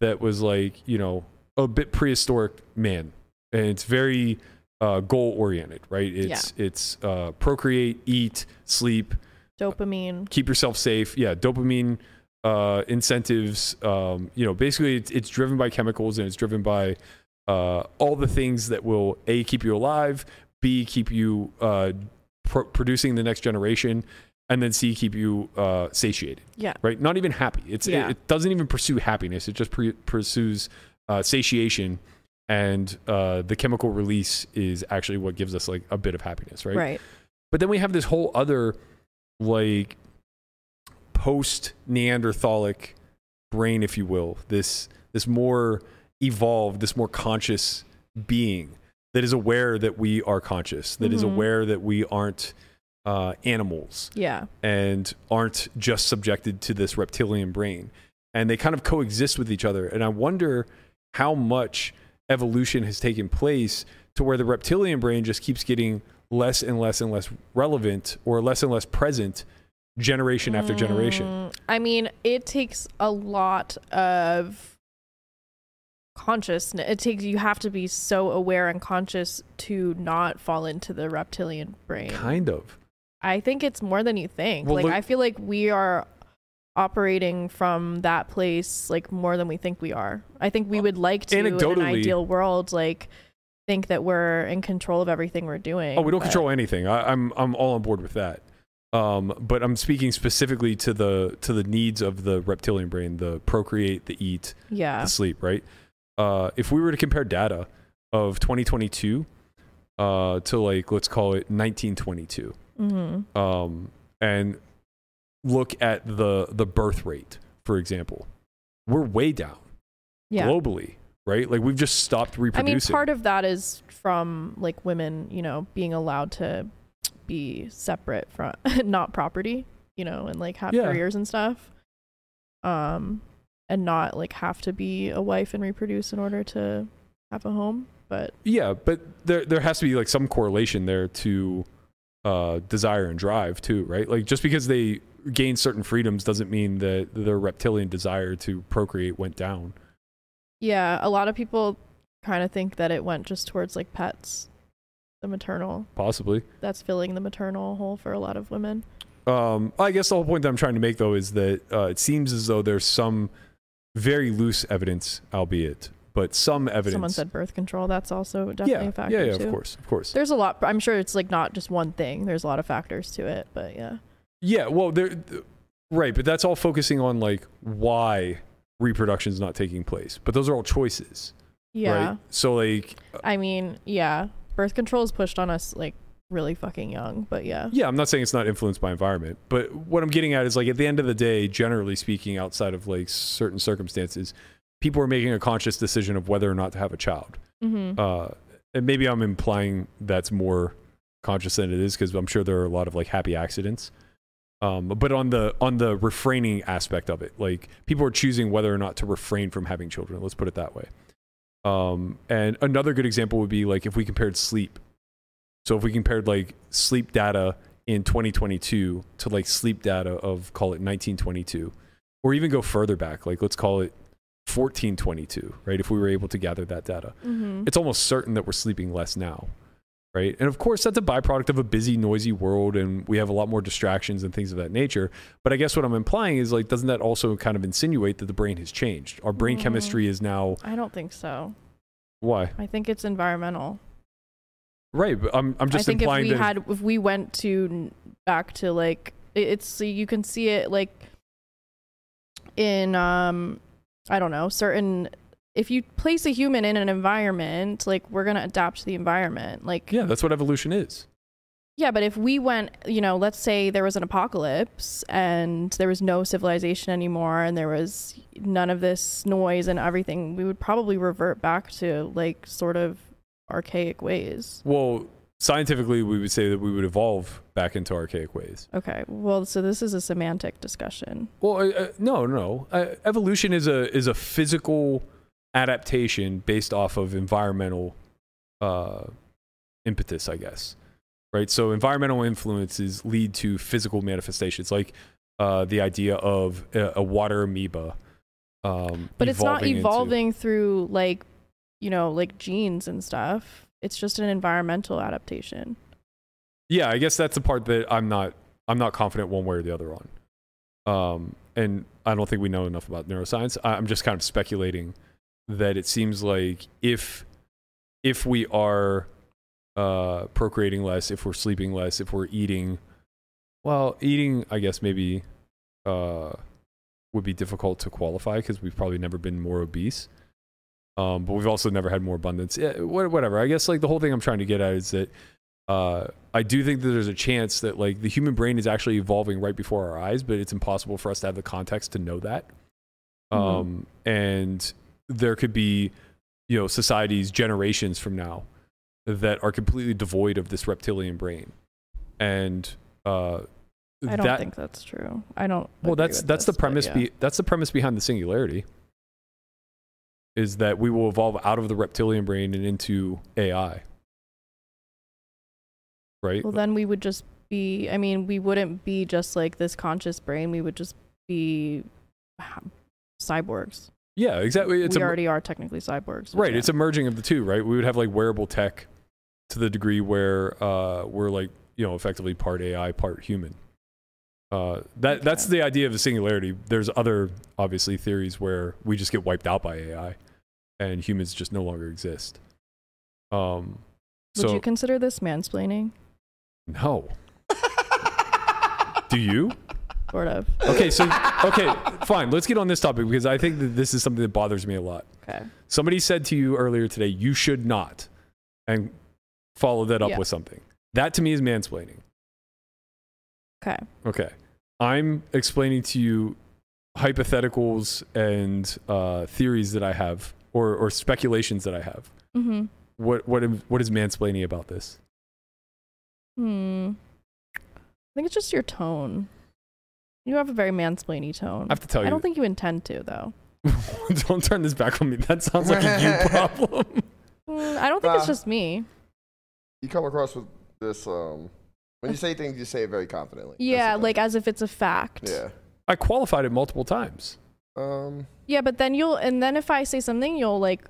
D: that was like, you know, a bit prehistoric man. And it's very uh, goal oriented, right? It's it's uh, procreate, eat, sleep,
B: dopamine
D: keep yourself safe. Yeah, dopamine uh, incentives. Um, you know, basically, it's, it's driven by chemicals and it's driven by uh, all the things that will a keep you alive, b keep you uh, pro- producing the next generation, and then c keep you uh, satiated.
B: Yeah.
D: Right. Not even happy. It's it-
B: Yeah.
D: it, doesn't even pursue happiness. It just pre- pursues uh, satiation. And uh, the chemical release is actually what gives us like a bit of happiness, right?
B: right
D: But then we have this whole other like post Neanderthalic brain, if you will, this this more evolved, this more conscious being that is aware that we are conscious, that is
B: Mhm.
D: aware that we aren't uh, animals
B: yeah
D: and aren't just subjected to this reptilian brain. And they kind of coexist with each other. And I wonder how much evolution has taken place to where the reptilian brain just keeps getting less and less and less relevant or less and less present generation after generation.
B: Mm, I mean, it takes a lot of consciousness. It takes you have to be so aware and conscious to not fall into the reptilian brain.
D: Kind of.
B: I think it's more than you think.
D: Well,
B: like
D: look-
B: I feel like we are operating from that place like more than we think we are. I think we would like to in an
D: Anecdotally-
B: ideal world like think that we're in control of everything we're doing.
D: Oh, we don't
B: but-
D: control anything. I, I'm I'm all on board with that. Um, but I'm speaking specifically to the to the needs of the reptilian brain, the procreate, the eat,
B: Yeah.
D: to sleep, right? Uh, if we were to compare data of 2022 uh, to like let's call it 1922,
B: Mhm.
D: um, and look at the the birth rate, for example, we're way down
B: Yeah.
D: globally, right? Like we've just stopped
B: I mean,
D: reproducing.
B: part of that is from like women, you know, being allowed to be separate from not property, you know, and like have
D: Yeah.
B: careers and stuff. Um, and not like have to be a wife and reproduce in order to have a home. But
D: yeah, but there there has to be like some correlation there to uh, desire and drive too, right? Like just because they gain certain freedoms doesn't mean that their reptilian desire to procreate went down.
B: yeah, a lot of people kind of think that it went just towards like pets. the maternal.
D: possibly.
B: That's filling the maternal hole for a lot of women.
D: Um, I guess the whole point that I'm trying to make though is that uh, it seems as though there's some very loose evidence, albeit, but some evidence.
B: Someone said birth control. That's also definitely
D: yeah,
B: a factor
D: yeah, yeah,
B: too.
D: of course, of course.
B: There's a lot. I'm sure it's like not just one thing. There's a lot of factors to it, but yeah.
D: Yeah, well, there, right, but that's all focusing on like why reproduction's not taking place. But those are all choices,
B: Yeah.
D: right? So like, uh,
B: I mean, yeah. Birth control is pushed on us like really fucking young, but yeah.
D: yeah, I'm not saying it's not influenced by environment, but what I'm getting at is like at the end of the day, generally speaking, outside of like certain circumstances, people are making a conscious decision of whether or not to have a child.
B: hmm
D: Uh, and maybe I'm implying that's more conscious than it is because I'm sure there are a lot of like happy accidents. Um, but on the on the refraining aspect of it, like people are choosing whether or not to refrain from having children. Let's put it that way. Um, and another good example would be like if we compared sleep. So if we compared like sleep data in 2022 to like sleep data of call it 1922, or even go further back, like let's call it 1422, right? If we were able to gather that data
B: hmm
D: it's almost certain that we're sleeping less now right and of course that's a byproduct of a busy noisy world and we have a lot more distractions and things of that nature but i guess what i'm implying is like doesn't that also kind of insinuate that the brain has changed our brain
B: Mm.
D: chemistry is now
B: I don't think so.
D: why
B: I think it's environmental.
D: right but i'm, I'm
B: I
D: just
B: think if
D: implying
B: we
D: that
B: had, if we went to n- back to like, i- it's so you can see it like in, um, I don't know, certain. If you place a human in an environment, like we're gonna adapt to the environment. Like
D: yeah that's what evolution is
B: Yeah, but if we went, you know, let's say there was an apocalypse and there was no civilization anymore and there was none of this noise and everything, we would probably revert back to like sort of archaic ways.
D: well scientifically we would say that we would evolve back into archaic ways
B: Okay. Well, so this is a semantic discussion.
D: Well, uh, uh, no, no. Uh, evolution is a is a physical adaptation based off of environmental uh, impetus, I guess. Right. So environmental influences lead to physical manifestations, like uh, the idea of uh, a, a water amoeba. Um,
B: But it's not
D: into-
B: evolving through like, you know, like genes and stuff. It's just an environmental adaptation.
D: yeah, I guess that's the part that I'm not I'm not confident one way or the other on. Um, and I don't think we know enough about neuroscience. I, I'm just kind of speculating that it seems like if if we are uh, procreating less, if we're sleeping less, if we're eating, well, eating I guess maybe uh, would be difficult to qualify because we've probably never been more obese. Um, but we've also never had more abundance. Yeah, wha- whatever. I guess like the whole thing I'm trying to get at is that uh, I do think that there's a chance that like the human brain is actually evolving right before our eyes, but it's impossible for us to have the context to know that. Um, and there could be, you know, societies generations from now that are completely devoid of this reptilian brain, and uh,
B: I don't
D: that
B: think that's true. I don't.
D: well,
B: agree
D: that's
B: with
D: that's
B: this, but
D: the premise.
B: yeah.
D: Be, that's the premise behind the singularity. Is that we will evolve out of the reptilian brain and into AI, right?
B: Well, then we would just be, I mean, we wouldn't be just like this conscious brain. We would just be ha- cyborgs.
D: yeah, exactly. It's
B: we
D: a,
B: already are technically cyborgs.
D: right. It's a merging of the two, right? We would have like wearable tech to the degree where uh, we're like you know effectively part AI, part human. Uh, that that's
B: Okay.
D: the idea of the singularity. There's other obviously theories where we just get wiped out by AI, and humans just no longer exist. Um,
B: would
D: so
B: you consider this mansplaining?
D: no, do you?
B: Sort of.
D: Okay, so okay, fine. Let's get on this topic because I think that this is something that bothers me a lot.
B: Okay.
D: Somebody said to you earlier today, you should not, and follow that up
B: Yeah.
D: with something. That to me is mansplaining.
B: Okay.
D: Okay. I'm explaining to you hypotheticals and uh, theories that I have or, or speculations that I have.
B: Mm-hmm.
D: What, what, am- what is mansplaining about this?
B: Hmm. I think it's just your tone. You have a very mansplainy tone.
D: I have to tell
B: I
D: you.
B: don't think you intend to, though.
D: don't turn this back on me. That sounds like a you problem.
B: Mm, I don't think it's
C: Nah.
B: just me.
C: You come across with this. Um, when you say things, you say it very confidently. That's the
B: Yeah,
C: thing.
B: like as if it's a fact.
C: Yeah.
D: I qualified it multiple times.
C: Um.
B: Yeah, but then you'll, and then if I say something, you'll like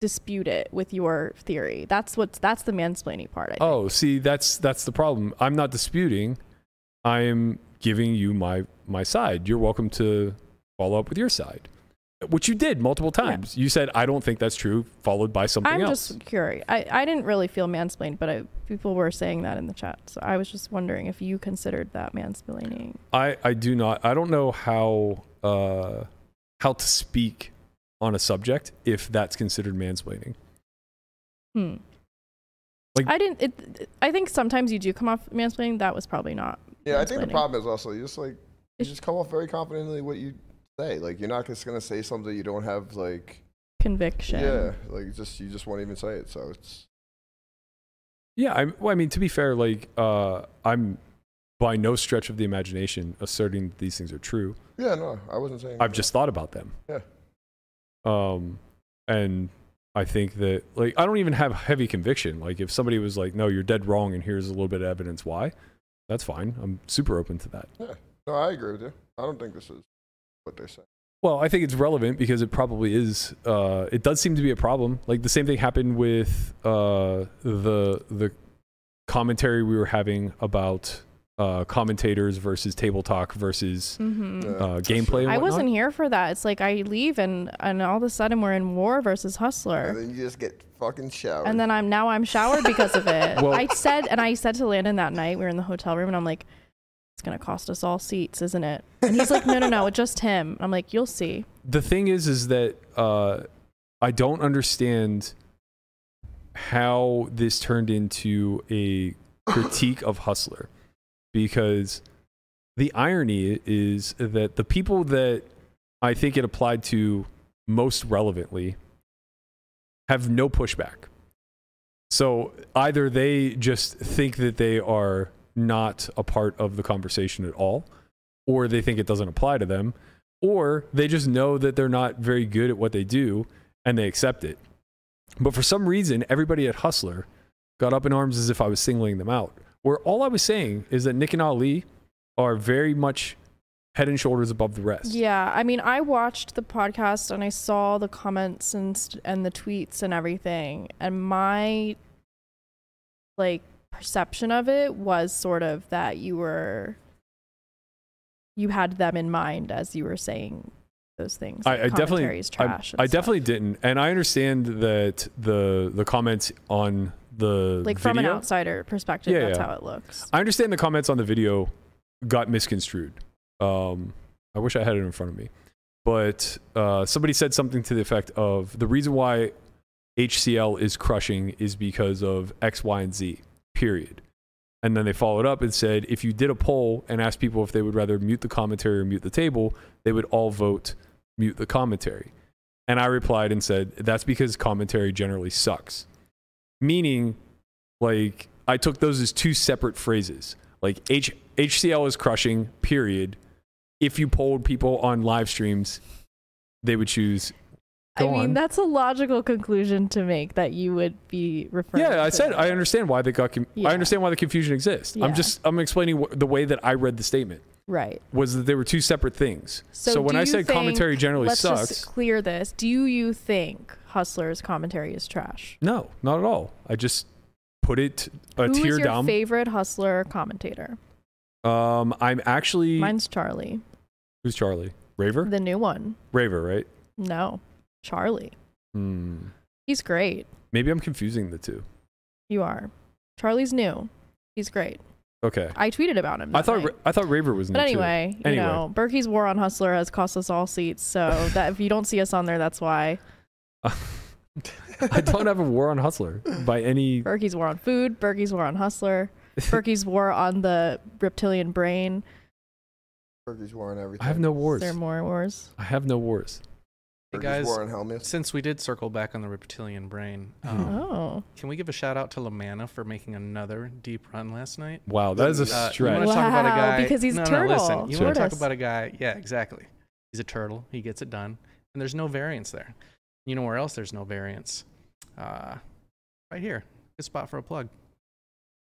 B: dispute it with your theory. That's what's that's the mansplaining part. I think.
D: Oh, see, that's that's the problem. I'm not disputing. I'm giving you my my side. You're welcome to follow up with your side, which you did multiple times. You said I don't think that's true, followed by something
B: I'm
D: else.
B: just curious. I, I didn't really feel mansplained, but I, people were saying that in the chat. So I was just wondering if you considered that mansplaining.
D: I I do not. I don't know how uh how to speak on a subject if that's considered mansplaining.
B: Hmm.
D: Like-
B: I didn't. It, I think sometimes you do come off mansplaining. That was probably not.
C: Yeah, I think the
B: mansplaining.
C: problem is also you just like you
B: It's-
C: just come off very confidently what you say. Like you're not just gonna say something you don't have like
B: Conviction.
C: yeah, like just you just won't even say it. So it's
D: Yeah, I, well, I mean, to be fair, like uh, I'm by no stretch of the imagination asserting that these things are true.
C: yeah, no, I wasn't saying.
D: I've just thought about them.
C: Yeah.
D: Um, and I think that like I don't even have heavy conviction. Like if somebody was like, "No, you're dead wrong," and here's a little bit of evidence why, that's fine. I'm super open to that.
C: no, I agree with you. I don't think this is what they're saying.
D: Well, I think it's relevant because it probably is. Uh, it does seem to be a problem. Like the same thing happened with uh, the the commentary we were having about uh, commentators versus table talk versus
B: hmm
C: Yeah.
D: uh, gameplay. And
B: I
D: whatnot.
B: wasn't here for that. It's like I leave and and all of a sudden we're in war versus
C: And
B: hustler.
C: then you just get fucking showered.
B: And then I'm now I'm showered because of it.
D: Oh. Well-
B: I said and I said to Landon that night we were in the hotel room and I'm like, it's gonna cost us all seats, isn't it? And he's like, no, no, no, it's just him. I'm like, you'll see.
D: the thing is is that uh, I don't understand how this turned into a critique of Hustler because the irony is that the people that I think it applied to most relevantly have no pushback. So either they just think that they are not a part of the conversation at all, or they think it doesn't apply to them, or they just know that they're not very good at what they do and they accept it. But for some reason, everybody at Hustler got up in arms as if I was singling them out. Where all I was saying is that Nick and Ali are very much head and shoulders above the rest.
B: Yeah, I mean, I watched the podcast and I saw the comments and st- and the tweets and everything, and my like perception of it was sort of that you were you had them in mind as you were saying those things. like
D: I, I definitely,
B: commentary is
D: I-
B: trash. and
D: I,
B: stuff.
D: definitely didn't, and I understand that the the comments on the
B: like from an
D: video-
B: outsider perspective.
D: Yeah,
B: that's
D: yeah.
B: how it looks.
D: I understand the comments on the video got misconstrued. Um, I wish I had it in front of me, but uh, somebody said something to the effect of the reason why HCL is crushing is because of X, Y, and Z. Period. And then they followed up and said, if you did a poll and asked people if they would rather mute the commentary or mute the table, they would all vote mute the commentary. And I replied and said, that's because commentary generally sucks. Meaning, like, I took those as two separate phrases. Like, H- HCL is crushing, period. If you polled people on live streams, they would choose.
B: I
D: Go
B: mean,
D: on.
B: that's a logical conclusion to make that you would be referring.
D: Yeah, I
B: to
D: said
B: that.
D: I understand why they got. Com-
B: Yeah.
D: I understand why the confusion exists.
B: Yeah.
D: I'm just I'm explaining wh- the way that I read the statement
B: right.
D: was that they were two separate things. So,
B: do
D: when I
B: you
D: said
B: think-
D: commentary generally
B: let's
D: sucks,
B: just clear this. Do you think Hustler's commentary is trash?
D: no, not at all. I just put it a
B: Who is
D: tier
B: your
D: down.
B: favorite Hustler commentator?
D: um, I'm actually
B: Mine's Charlie,
D: who's Charlie Raver?
B: the new one.
D: Raver, right?
B: No, Charlie.
D: Hmm.
B: He's great.
D: Maybe I'm confusing the two.
B: You are. Charlie's new. He's great.
D: Okay,
B: I tweeted about him.
D: I
B: that
D: thought
B: night.
D: Ra- I thought Raver was. new,
B: But
D: too.
B: anyway, you
D: Anyway.
B: know, Berkey's war on Hustler has cost us all seats. So that if you don't see us on there, that's why.
D: I don't have a war on Hustler by any.
B: Berkey's war on food. Berkey's war on Hustler. Berkey's war on the reptilian brain.
C: Turkey's war on everything.
D: I have no
B: Is
D: wars.
B: there more wars?
D: I have no wars.
E: Hey
C: Turkey's
E: guys,
C: war on helmets.
E: since we did circle back on the reptilian brain, um,
B: Oh.
E: can we give a shout out to Lamanna for making another deep run last night?
D: Wow, that is a
E: Uh, you
D: stretch.
E: wanna talk about a
B: Wow,
E: guy?
B: because he's
E: no,
B: turtle,
E: No, listen, you want to talk
B: tortoise.
E: about a guy? Yeah, exactly. He's a turtle. He gets it done, and there's no variance there. You know where else there's no variance? Uh, right here. Good spot for a plug.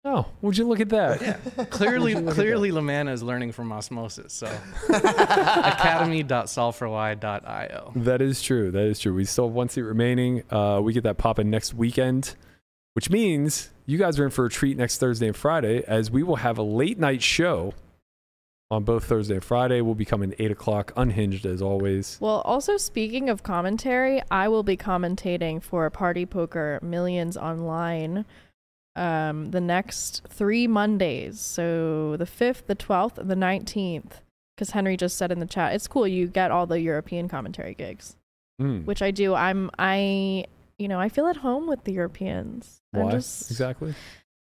D: Oh, would you look at that?
E: Yeah. Clearly,
D: Look at that.
E: clearly, Lamanna is learning from osmosis. So academy.sulfurwide.io.
D: That is true. That is true. We still have one seat remaining. Uh, we get that popping next weekend, which means you guys are in for a treat next Thursday and Friday, as we will have a late night show on both Thursday and Friday. We'll be coming eight o'clock, unhinged as always.
B: Well, also speaking of commentary, I will be commentating for Party Poker Millions Online um, the next three Mondays. So the 5th, the 12th, and the 19th. Because Henry just said in the chat, it's cool. You get all the European commentary gigs,
D: Mm.
B: which I do. I'm, I, you know, I feel at home with the Europeans. I'm
D: Why
B: just-
D: exactly?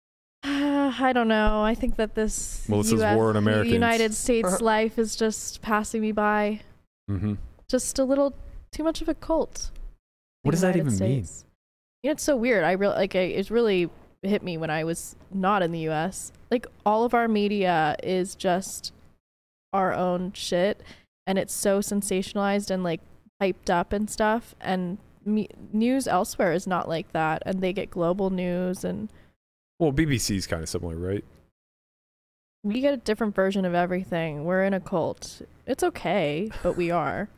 B: I don't know. I think that this
D: Melissa's
B: US
D: war on Americans.
B: United States life is just passing me by
D: Mm-hmm.
B: just a little too much of a cult.
D: What does that even mean?
B: mean? You know, it's so weird. I real like I, it really hit me when I was not in the U.S. Like all of our media is just our own shit, and it's so sensationalized and like hyped up and stuff. And me- news elsewhere is not like that, and they get global news, and
D: Well, BBC's kind of similar, right?
B: we get a different version of everything. We're in a cult. It's okay, but we are.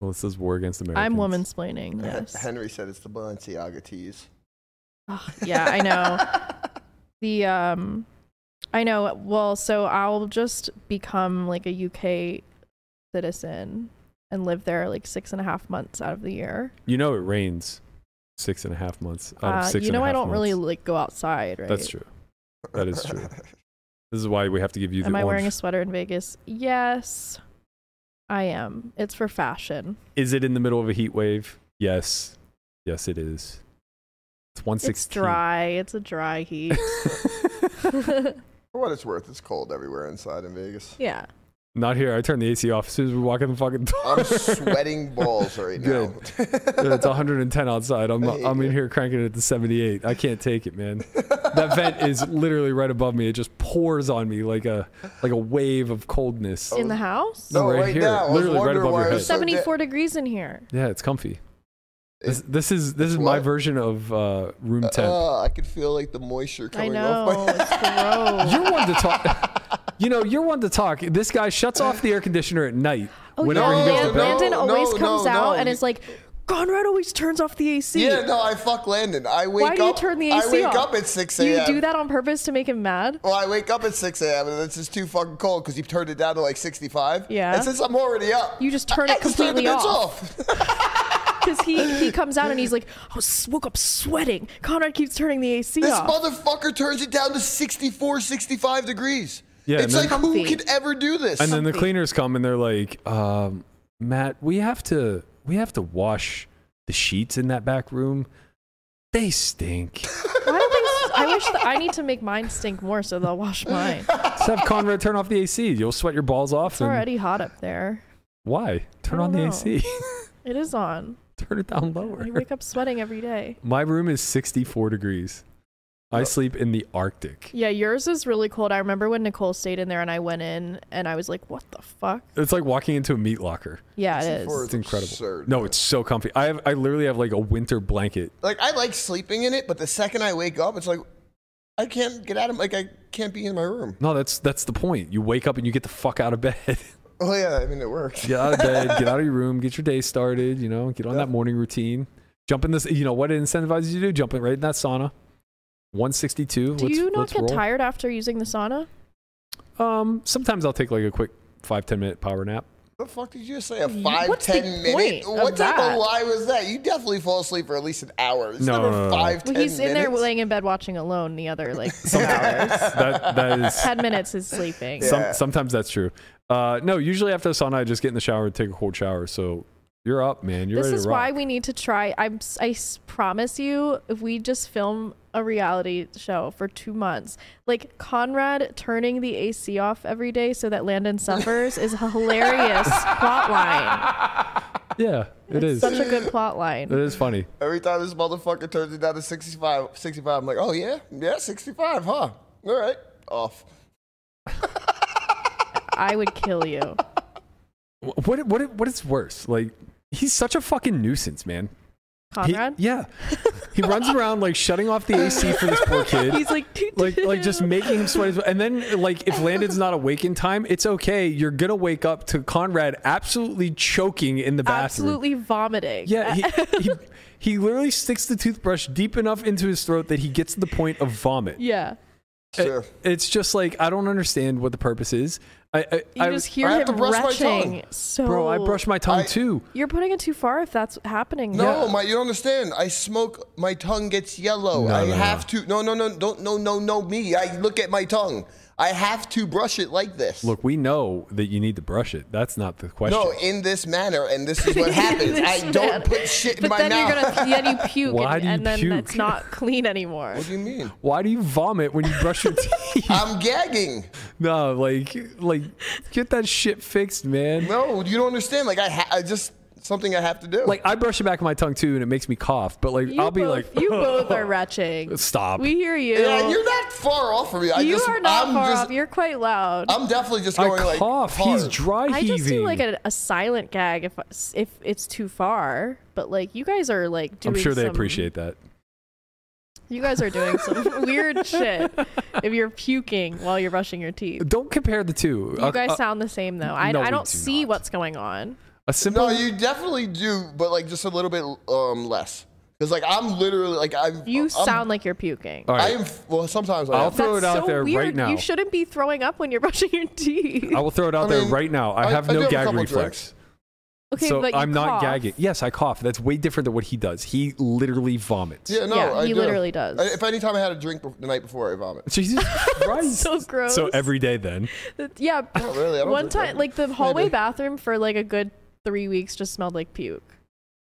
D: Melissa's war against America.
B: I'm woman splaining. Yes.
C: Henry said it's the Balenciaga tees.
B: Ugh, yeah, I know. the um i know well so i'll just become like a uk citizen and live there like six and a half months out of the year
D: You know it rains six and a half months out
B: uh,
D: of six.
B: you
D: and a
B: know i
D: half
B: don't really
D: months.
B: like go outside right
D: That's true. That is true. This is why we have to give you the
B: am i
D: orange
B: wearing a sweater in vegas yes i am it's for fashion
D: Is it in the middle of a heat wave? Yes. Yes, it is. It's 116.
B: it's dry it's a dry heat
C: For what it's worth, it's cold everywhere inside in Vegas.
B: yeah
D: Not here. I turned the AC off as soon as we walk in the fucking door.
C: I'm sweating balls right now.
D: Dude, it's 110 outside. I'm,
C: I hate
D: I'm in
C: you.
D: here cranking it to 78. I can't take it, man. That vent is literally right above me. It just pours on me like a like a wave of coldness.
B: in the house
D: No,
C: No,
D: right
C: right,
D: here,
C: now. I was
D: literally right
C: wondering
D: above
C: why
D: your
C: it
D: head.
C: was so da-
B: 74 degrees in here
D: Yeah, it's comfy. This,
C: It-
D: this is this is
C: it's
D: my
C: what?
D: version of uh, room temp.
C: Uh, I could feel like the moisture
B: i
C: coming
B: know
C: off my.
B: it's
C: uh,
B: gross
D: You're one to talk. You know, you're one to talk. This guy shuts off the air conditioner at night.
B: Oh,
D: whenever
B: yeah.
D: he goes
B: Lan-
D: to bed.
B: Landon
C: No,
B: always
C: no,
B: comes
C: no,
B: out
C: no.
B: and is like, Conrad always turns off the AC.
C: Yeah, no, I fuck Landon. I wake
B: Why
C: up.
B: do you turn the AC
C: I wake
B: off?
C: up at 6
B: you
C: a.m.
B: do that on purpose to make him mad?
C: Well, I wake up at 6 a.m. and it's just too fucking cold because you've turned it down to like 65.
B: Yeah.
C: And since I'm already up,
B: You just turn
C: I
B: it
C: just turned the
B: completely
C: bitch off.
B: Because he, he comes out and he's like, I was, woke up sweating. Conrad keeps turning the AC
C: This
B: off.
C: motherfucker turns it down to 64, 65 degrees.
D: Yeah,
C: It's
D: and
C: like,
D: then-
C: who
B: Comfy.
C: could ever do this?
D: and then the
B: something.
D: cleaners come and they're like, um, "Matt, we have to we have to wash the sheets in that back room. They stink.
B: Why do they, I wish that I need to make mine stink more so they'll wash mine.
D: Just have Conrad turn off the AC. You'll sweat your balls off.
B: It's
D: and-
B: already hot up there.
D: Why? Turn
B: I
D: on the
B: don't know.
D: AC.
B: It is on.
D: turn it down
B: I
D: lower.
B: wake up sweating every day.
D: My room is 64 degrees. I
C: Uh,
D: sleep in the Arctic.
B: Yeah, yours is really cold. I remember when Nicole stayed in there and I went in and I was like, what the fuck?
D: It's like walking into a meat locker.
B: Yeah, it
C: For-
B: is.
D: It's incredible.
C: Absurd.
D: No, it's so comfy. I have, I literally have like a winter blanket.
C: like, I like sleeping in it, but the second I wake up, it's like, I can't get out of Like, I can't be in my room.
D: No, that's that's the point. You wake up and you get the fuck out of bed.
C: Oh, yeah, I mean, it works.
D: get out of bed, get out of your room, get your day started, you know, get on that morning routine. Jump in this, you know, what it incentivizes you to do? Jump in right in that sauna. 162.
B: Do
D: let's,
B: you not
D: let's
B: get
D: roll.
B: tired after using the sauna?
D: Um, sometimes I'll take like a quick five, 10 minute power nap.
C: What the fuck did you say? A
B: You-
C: five,
B: what's
C: ten
B: the
C: minute?
B: point
C: What
B: of
C: type
B: that?
C: of lie was that? You definitely fall asleep for at least an hour. It's
D: No,
C: never
D: no, no, no.
C: five,
B: Well,
C: ten
B: he's in there
C: minutes.
B: laying in bed watching alone the other like two hours.
D: That, that is,
B: Ten minutes is sleeping.
D: some, sometimes that's true. Uh, no, usually after the sauna, I just get in the shower and take a cold shower. So you're up, man. You're
B: This
D: ready
B: is
D: to rock.
B: why we need to try. I'm, s- I s- promise you, if we just film a reality show for two months, like Conrad turning the AC off every day so that Landon suffers is a hilarious plot line.
D: yeah, it is.
B: Such a good plot line.
D: It is funny.
C: Every time this motherfucker turns it down to 65, 65, I'm like, oh yeah, yeah, 65, huh? All right, off.
B: I would kill you.
D: Wh- What, what, what is worse? Like, he's such a fucking nuisance, man. Uh, He-
B: Conrad.
D: yeah, he runs around like shutting off the AC for this poor kid.
B: He's like,
D: like like just making him sweat. as well. And then like if Landon's not awake in time, it's okay. You're gonna wake up to Conrad absolutely choking in the bathroom.
B: absolutely vomiting.
D: Yeah, he, he he literally sticks the toothbrush deep enough into his throat that he gets to the point of vomit.
B: yeah.
C: Sure.
D: It's just like I don't understand what the purpose is. I, I,
B: You
D: I-
B: just hear
C: I have
B: him
C: to brush my tongue.
B: retching. So
D: bro, I brush my tongue
C: I-
D: too.
B: You're putting it too far if that's happening.
C: No, my you don't understand. I smoke. My tongue gets yellow.
D: No,
C: I
D: no,
C: have to. No, no, no, don't. No, no, no. Me. I look at my tongue. I have to brush it like this.
D: Look, we know that you need to brush it. That's not the question.
C: No, in this manner, and this is what happens. I
B: This
C: don't
B: man-
C: put shit in
B: But
C: my
B: then
C: mouth.
B: you're gonna then you puke,
D: Why
B: and,
D: do you
B: and then it's
D: puke?
B: not clean anymore.
C: what do you mean?
D: Why do you vomit when you brush your teeth?
C: I'm gagging.
D: no, like like get that shit fixed, man.
C: No, you don't understand. Like I, ha- I just something I have to do.
D: Like I brush it back of my tongue too, and it makes me cough. But like
B: You
D: I'll be
B: both,
D: like,
B: you both are retching.
D: Stop.
B: We hear you.
C: yeah, you're not far off from me. I
B: You
C: just,
B: are not
C: I'm
B: far
C: just,
B: off. You're quite loud.
C: I'm definitely just going
D: I cough.
C: like
D: He's
C: hard.
D: dry
B: I
D: heaving.
B: just do like a, a silent gag if if it's too far. But like you guys are like doing.
D: I'm sure they
B: some-
D: appreciate that.
B: You guys are doing some weird shit if you're puking while you're brushing your teeth.
D: Don't compare the two.
B: You guys sound the same though. I,
D: Uh, no,
B: I
D: we
B: don't
D: do
B: see
D: not.
B: what's going on.
D: a simple.
C: No, you definitely do, but like just a little bit um less. Because like I'm literally like I'm.
B: You
C: I'm,
B: sound like you're puking.
D: All
C: I
D: right,
C: am. Well, sometimes I.
D: I'll
C: am.
D: Oh, um, throw
B: That's
D: it out
B: so
D: there right
B: weird.
D: now. Oh,
B: You shouldn't be throwing up when you're brushing your teeth.
D: I will throw it out
C: I
D: there
C: mean,
D: right now. I
C: I-
D: have
C: I do
D: no
C: have a
D: gag
C: couple
D: reflex,
B: okay,
D: so
B: but you
D: I'm not
B: cough.
D: gagging. Yes, I cough. That's way different than what he does. He literally vomits.
C: Yeah, no,
B: yeah,
C: I
B: he
C: do.
B: literally does.
C: I, if any time I had a drink bef- the night before, I vomit.
D: Jesus Christ.
B: So gross.
D: So every day then.
B: That- yeah.
C: really, I don't
B: one
C: think
B: time,
C: so.
B: like the hallway
C: Maybe.
B: bathroom for like a good three weeks just smelled like puke.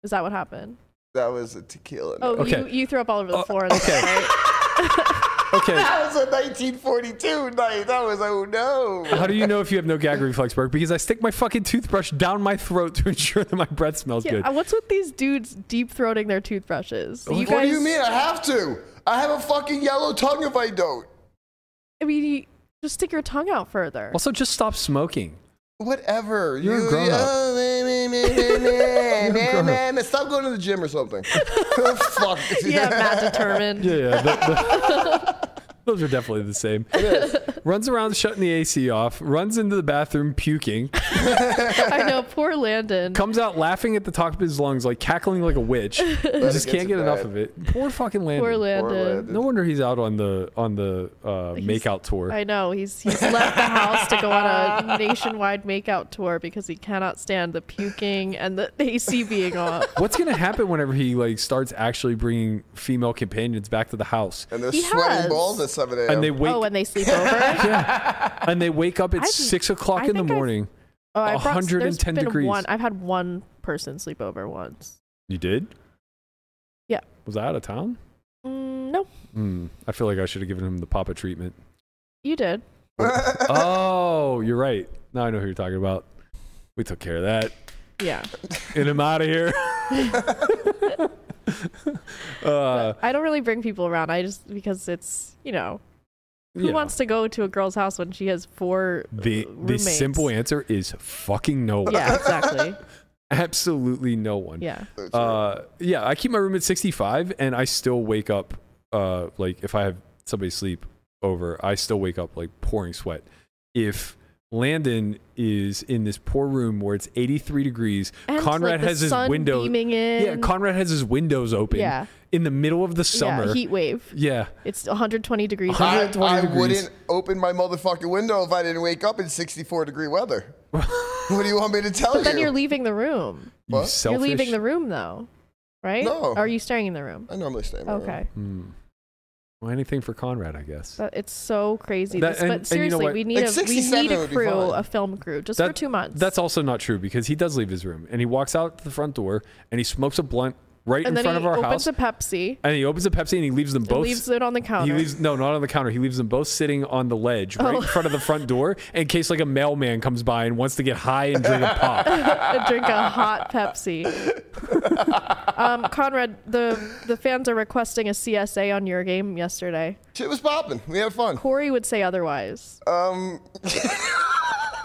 B: Is that what happened?
C: That was a tequila.
B: Oh,
C: night.
D: Okay.
B: you you threw up all over the
D: Uh,
B: floor. that's
D: okay.
B: right.
D: Okay.
C: That was a 1942 night. That was oh no.
D: How do you know if you have no gag reflex, Burke? Because I stick my fucking toothbrush down my throat to ensure that my breath smells
B: Yeah,
D: good.
B: uh, what's with these dudes deep throating their toothbrushes? You
C: what
B: guys,
C: do you mean? I have to. I have a fucking yellow tongue if I don't.
B: I mean, you- just stick your tongue out further.
D: Also, just stop smoking.
C: Whatever.
D: You're a
C: You-
D: grown-up.
C: oh, meh, meh, meh, meh, meh, meh,
D: grown-up.
C: meh, meh. Stop going to the gym or something. Fuck.
B: yeah, Matt determined.
D: Yeah, yeah. the- the- those are definitely the same. Runs around shutting the AC off, runs into the bathroom puking,
B: I know, poor Landon.
D: comes out laughing at the top of his lungs, like cackling like a witch. You
C: gets
D: just can't get
C: it
D: enough
C: bad.
D: of it. Poor fucking Landon.
B: poor Landon.
C: Landon.
D: uh, No wonder he's out on the on the uh, makeout tour.
B: I know he's he's left the house to go on a nationwide makeout tour because he cannot stand the puking and the AC being off.
D: What's gonna happen whenever he like starts actually bringing female companions back to the house,
C: And they're
B: He
C: sweating
B: has.
C: balls at 7 a.m.
D: and they wake
B: Oh, when they sleep over.
D: and they wake up at
B: I've-
D: six o'clock
B: I
D: in the
B: think I've-
D: morning?
B: Oh, I brought, there's
D: 110
B: been
D: degrees.
B: One, I've had one person sleep over once.
D: You did?
B: Yeah.
D: Was I out of town?
B: Mm, no,
D: Hmm. I feel like I should have given him the Papa treatment.
B: you did.
D: uh, oh, you're right. Now I know who you're talking about. We took care of that.
B: Yeah,
D: Get him out of here. uh,
B: I don't really bring people around. I just because it's you know who
D: yeah.
B: wants to go to a girl's house when she has four
D: the
B: uh,
D: the
B: roommates?
D: simple answer is fucking no one.
B: Yeah, exactly.
D: Absolutely no one.
B: Yeah,
D: Uh, yeah, I keep my room at 65, and I still wake up. Uh, like if I have somebody sleep over, I still wake up like pouring sweat. If Landon is in this poor room where it's 83 degrees,
B: And,
D: Conrad
B: like, the
D: has his
B: sun
D: window.
B: beaming in.
D: Yeah, Conrad has his windows open.
B: Yeah.
D: in the middle of the summer.
B: Yeah, heat wave.
D: Yeah.
B: It's 120 degrees.
D: A
C: I,
B: out.
D: 120
C: I
D: degrees.
C: wouldn't open my motherfucking window if I didn't wake up in 64 degree weather. what do you want me to tell you?
B: Then you're leaving the room.
D: You
C: What?
D: selfish.
B: You're leaving the room though, right?
C: No.
B: Or are you staying in the room?
C: I normally stay in my room.
B: Okay.
D: Hmm. Well, anything for Conrad, I guess.
B: That, it's so crazy.
D: That-
B: This-
D: and-
B: but
D: and you know
B: seriously,
D: what?
B: we need
C: Like,
B: a we
C: 67
B: need a
C: would be
B: crew,
C: fine.
B: a film crew, just for
D: That-
B: two months.
D: That's also not true because he does leave his room and he walks out the front door and he smokes a blunt right
B: And
D: in
B: then
D: front
B: he
D: of our
B: opens
D: house.
B: a Pepsi.
D: and he opens a Pepsi and he leaves them
B: and
D: both.
B: leaves it on the counter.
D: he leaves no, not on the counter. He leaves them both sitting on the ledge right
B: Oh.
D: in front of the front door in case like a mailman comes by and wants to get high and drink a pop.
B: and drink a hot Pepsi. um, Conrad, the the fans are requesting a CSA on your game yesterday.
C: Shit was popping. We had fun.
B: Corey would say otherwise.
C: Um,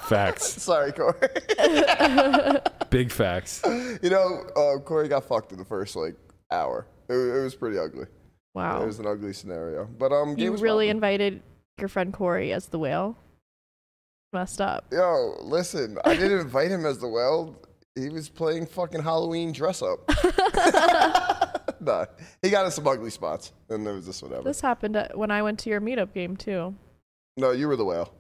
D: Facts,
C: sorry, Corey.
D: big facts.
C: you know, uh, Corey got fucked in the first like hour. It, wa- it was pretty ugly. It
B: Wow.
C: was an ugly scenario. But um,
B: Oh. You
C: game was
B: really
C: poppin'.
B: invited your friend Corey as the whale. Messed up.
C: Yo, listen, I didn't invite him as the well. He was playing fucking Halloween dress up. nah, he got in some ugly spots, and there was just whatever.
B: This happened at, when I went to your meetup game too.
C: No, you were the whale.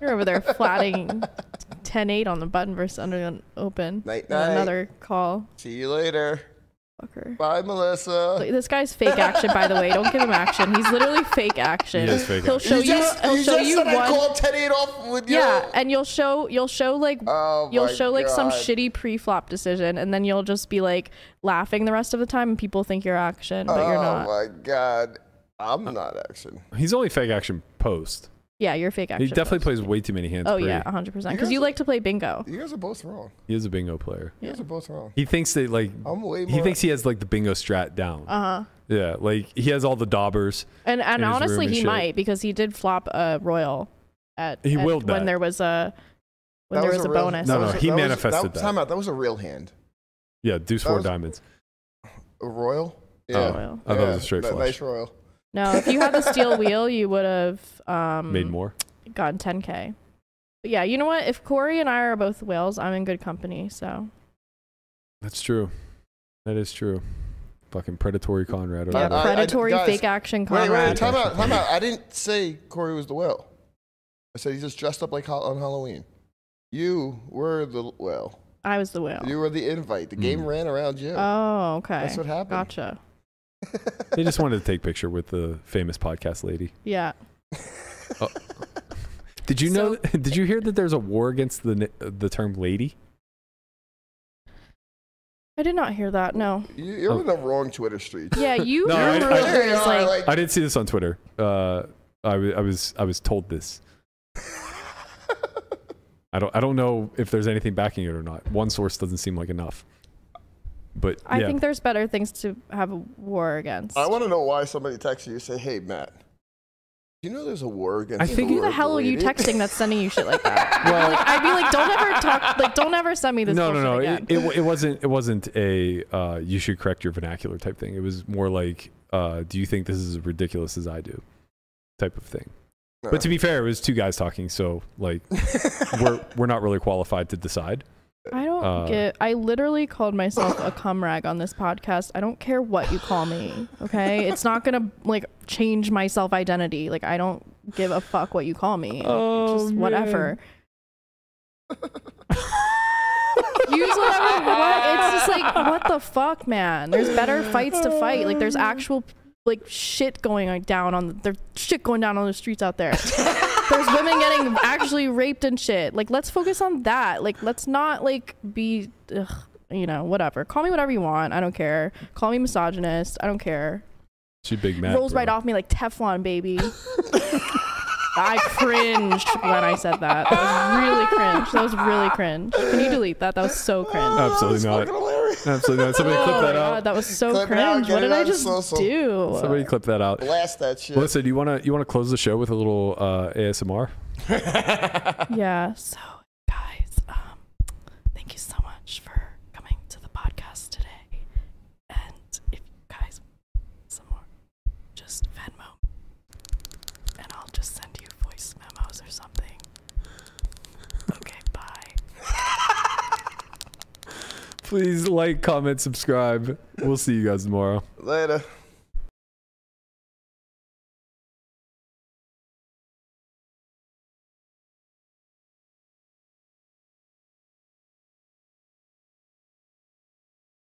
B: You're over there flatting 10-8 on the button versus under an open.
C: Night,
B: And
C: night.
B: Another call.
C: See you later.
B: Fucker.
C: Bye, Melissa.
B: Like, This guy's fake action, by the way. Don't give him action. He's literally fake action.
D: He is fake
B: he'll
D: action.
B: show you.
C: just,
B: he'll show
C: just
B: you
C: said
B: one.
C: I called 10 8 off with you.
B: yeah, and you'll show you'll show like
C: Oh
B: you'll
C: my
B: show like some
C: God.
B: shitty pre-flop decision, and then you'll just be like laughing the rest of the time, and people think you're action, but
C: oh
B: you're not.
C: my god. I'm not action.
D: He's only fake action post.
B: Yeah, you're fake action.
D: he definitely plays way too many hands.
B: Oh
D: free.
B: yeah, 100. percent
C: You
B: Because
C: guys
B: you
C: are-
B: like to play bingo.
C: You guys are both wrong.
D: He is a bingo player.
C: You guys are both wrong.
D: He thinks that like
C: I'm way more.
D: he thinks he has like the bingo strat down.
B: Uh
C: Uh-huh.
B: huh.
D: yeah, like he has all the daubers.
B: And and
D: In his room
B: honestly,
D: and
B: he
D: shit.
B: might because he did flop a royal at
D: He
B: at-
D: willed
B: when
D: that.
B: there was a when there was, a,
C: real- Oh.
B: bonus.
D: No,
C: that
D: no,
C: was a-
D: he
C: that was-
D: manifested that.
C: Time out. That was a real hand.
D: Yeah, deuce
C: That
D: four
C: was-
D: diamonds.
C: A royal.
D: Oh,
C: Yeah.
B: Royal.
D: I thought it was
C: Yeah,
D: a straight
C: ni-
D: flush.
C: Nice royal.
B: No, if you had the steel wheel, you would have um,
D: Made more.
B: gotten 10k. But yeah, you know what? If Corey and I are both whales, I'm in good company. So
D: That's true. That is true. Fucking predatory Conrad. over
B: yeah,
D: there.
C: I- I-
B: predatory
C: guys,
B: fake action
C: Wait,
B: Conrad.
C: wait, time
D: Conrad.
C: out, time out. I didn't say Corey was the whale. I said he just dressed up like Hall- on Halloween. You were the l- whale.
B: I was the whale.
C: You were the invite. The game
D: Mm.
C: ran around you.
B: Oh, okay.
C: That's what happened.
B: Gotcha.
D: They just wanted to take picture with the famous podcast lady.
B: Yeah.
D: Oh. Did you know?
B: So-
D: Did you hear that there's a war against the ni- the term lady?
B: I did not hear that. No.
C: You, you're
D: Oh.
C: in the wrong Twitter street.
B: Yeah, you
D: No, I-
B: your
D: I-
B: rumor is like,
D: I did see this on Twitter. Uh, I, w- I was I was told this. I don't I don't know if there's anything backing it or not. One source doesn't seem like enough. But
B: I
D: yeah,
B: think there's better things to have a war against.
C: I want to know why somebody texted you and said, "Hey, Matt, you know there's a war against."
D: think-
B: Who the
C: word
B: hell are you
C: lady?"
B: texting that's sending you shit like that?
D: Well-
B: I'd, be like, I'd be like, don't ever talk, like, don't ever send me this.
D: no, no,
B: bullshit
D: no.
B: Again.
D: It, it, wa- it wasn't. It wasn't a. Uh, you should correct your vernacular type thing. It was more like, uh, do you think this is as ridiculous as I do, type of thing. But to be fair, it was two guys talking, so like we're we're not really qualified to decide.
B: I don't
D: Uh,
B: get. I literally called myself a cum rag on this podcast. I don't care what you call me. Okay, it's not gonna like change my self identity. Like I don't give a fuck what you call me. Like,
D: Oh,
B: just
D: man.
B: whatever. Use whatever you want. It's just like what the fuck, man. There's better fights to fight. Like there's actual like shit going on- down on the, there's shit going down on the streets out there. there's women getting actually raped and shit. Like, let's focus on that. Like, let's not like be, ugh, you know, whatever. Call me whatever you want. I don't care. Call me misogynist. I don't care.
D: She big mad.
B: Rolls right off me like Teflon, baby. I cringed when I said that. That was really cringe. That was really cringe. Can you delete that? That was so cringe.
C: Oh,
D: Absolutely
C: that's
D: not.
C: fucking hilarious.
D: Absolutely not. Somebody clip
B: oh my
D: that
B: god,
D: out.
B: that was so
C: Clip it out,
B: cringe.
C: get
B: What
C: it
B: did I
C: on
B: just
C: social.
B: do?
D: Somebody clip that out.
C: Blast that shit.
D: Melissa, do you wanna you wanna close the show with a little uh, ASMR?
B: yeah so guys um thank you so much for coming to the podcast today and if you guys want some more just venmo and i'll just send you voice memos or something okay bye
D: Please like, comment, subscribe. We'll see you guys tomorrow.
C: Later.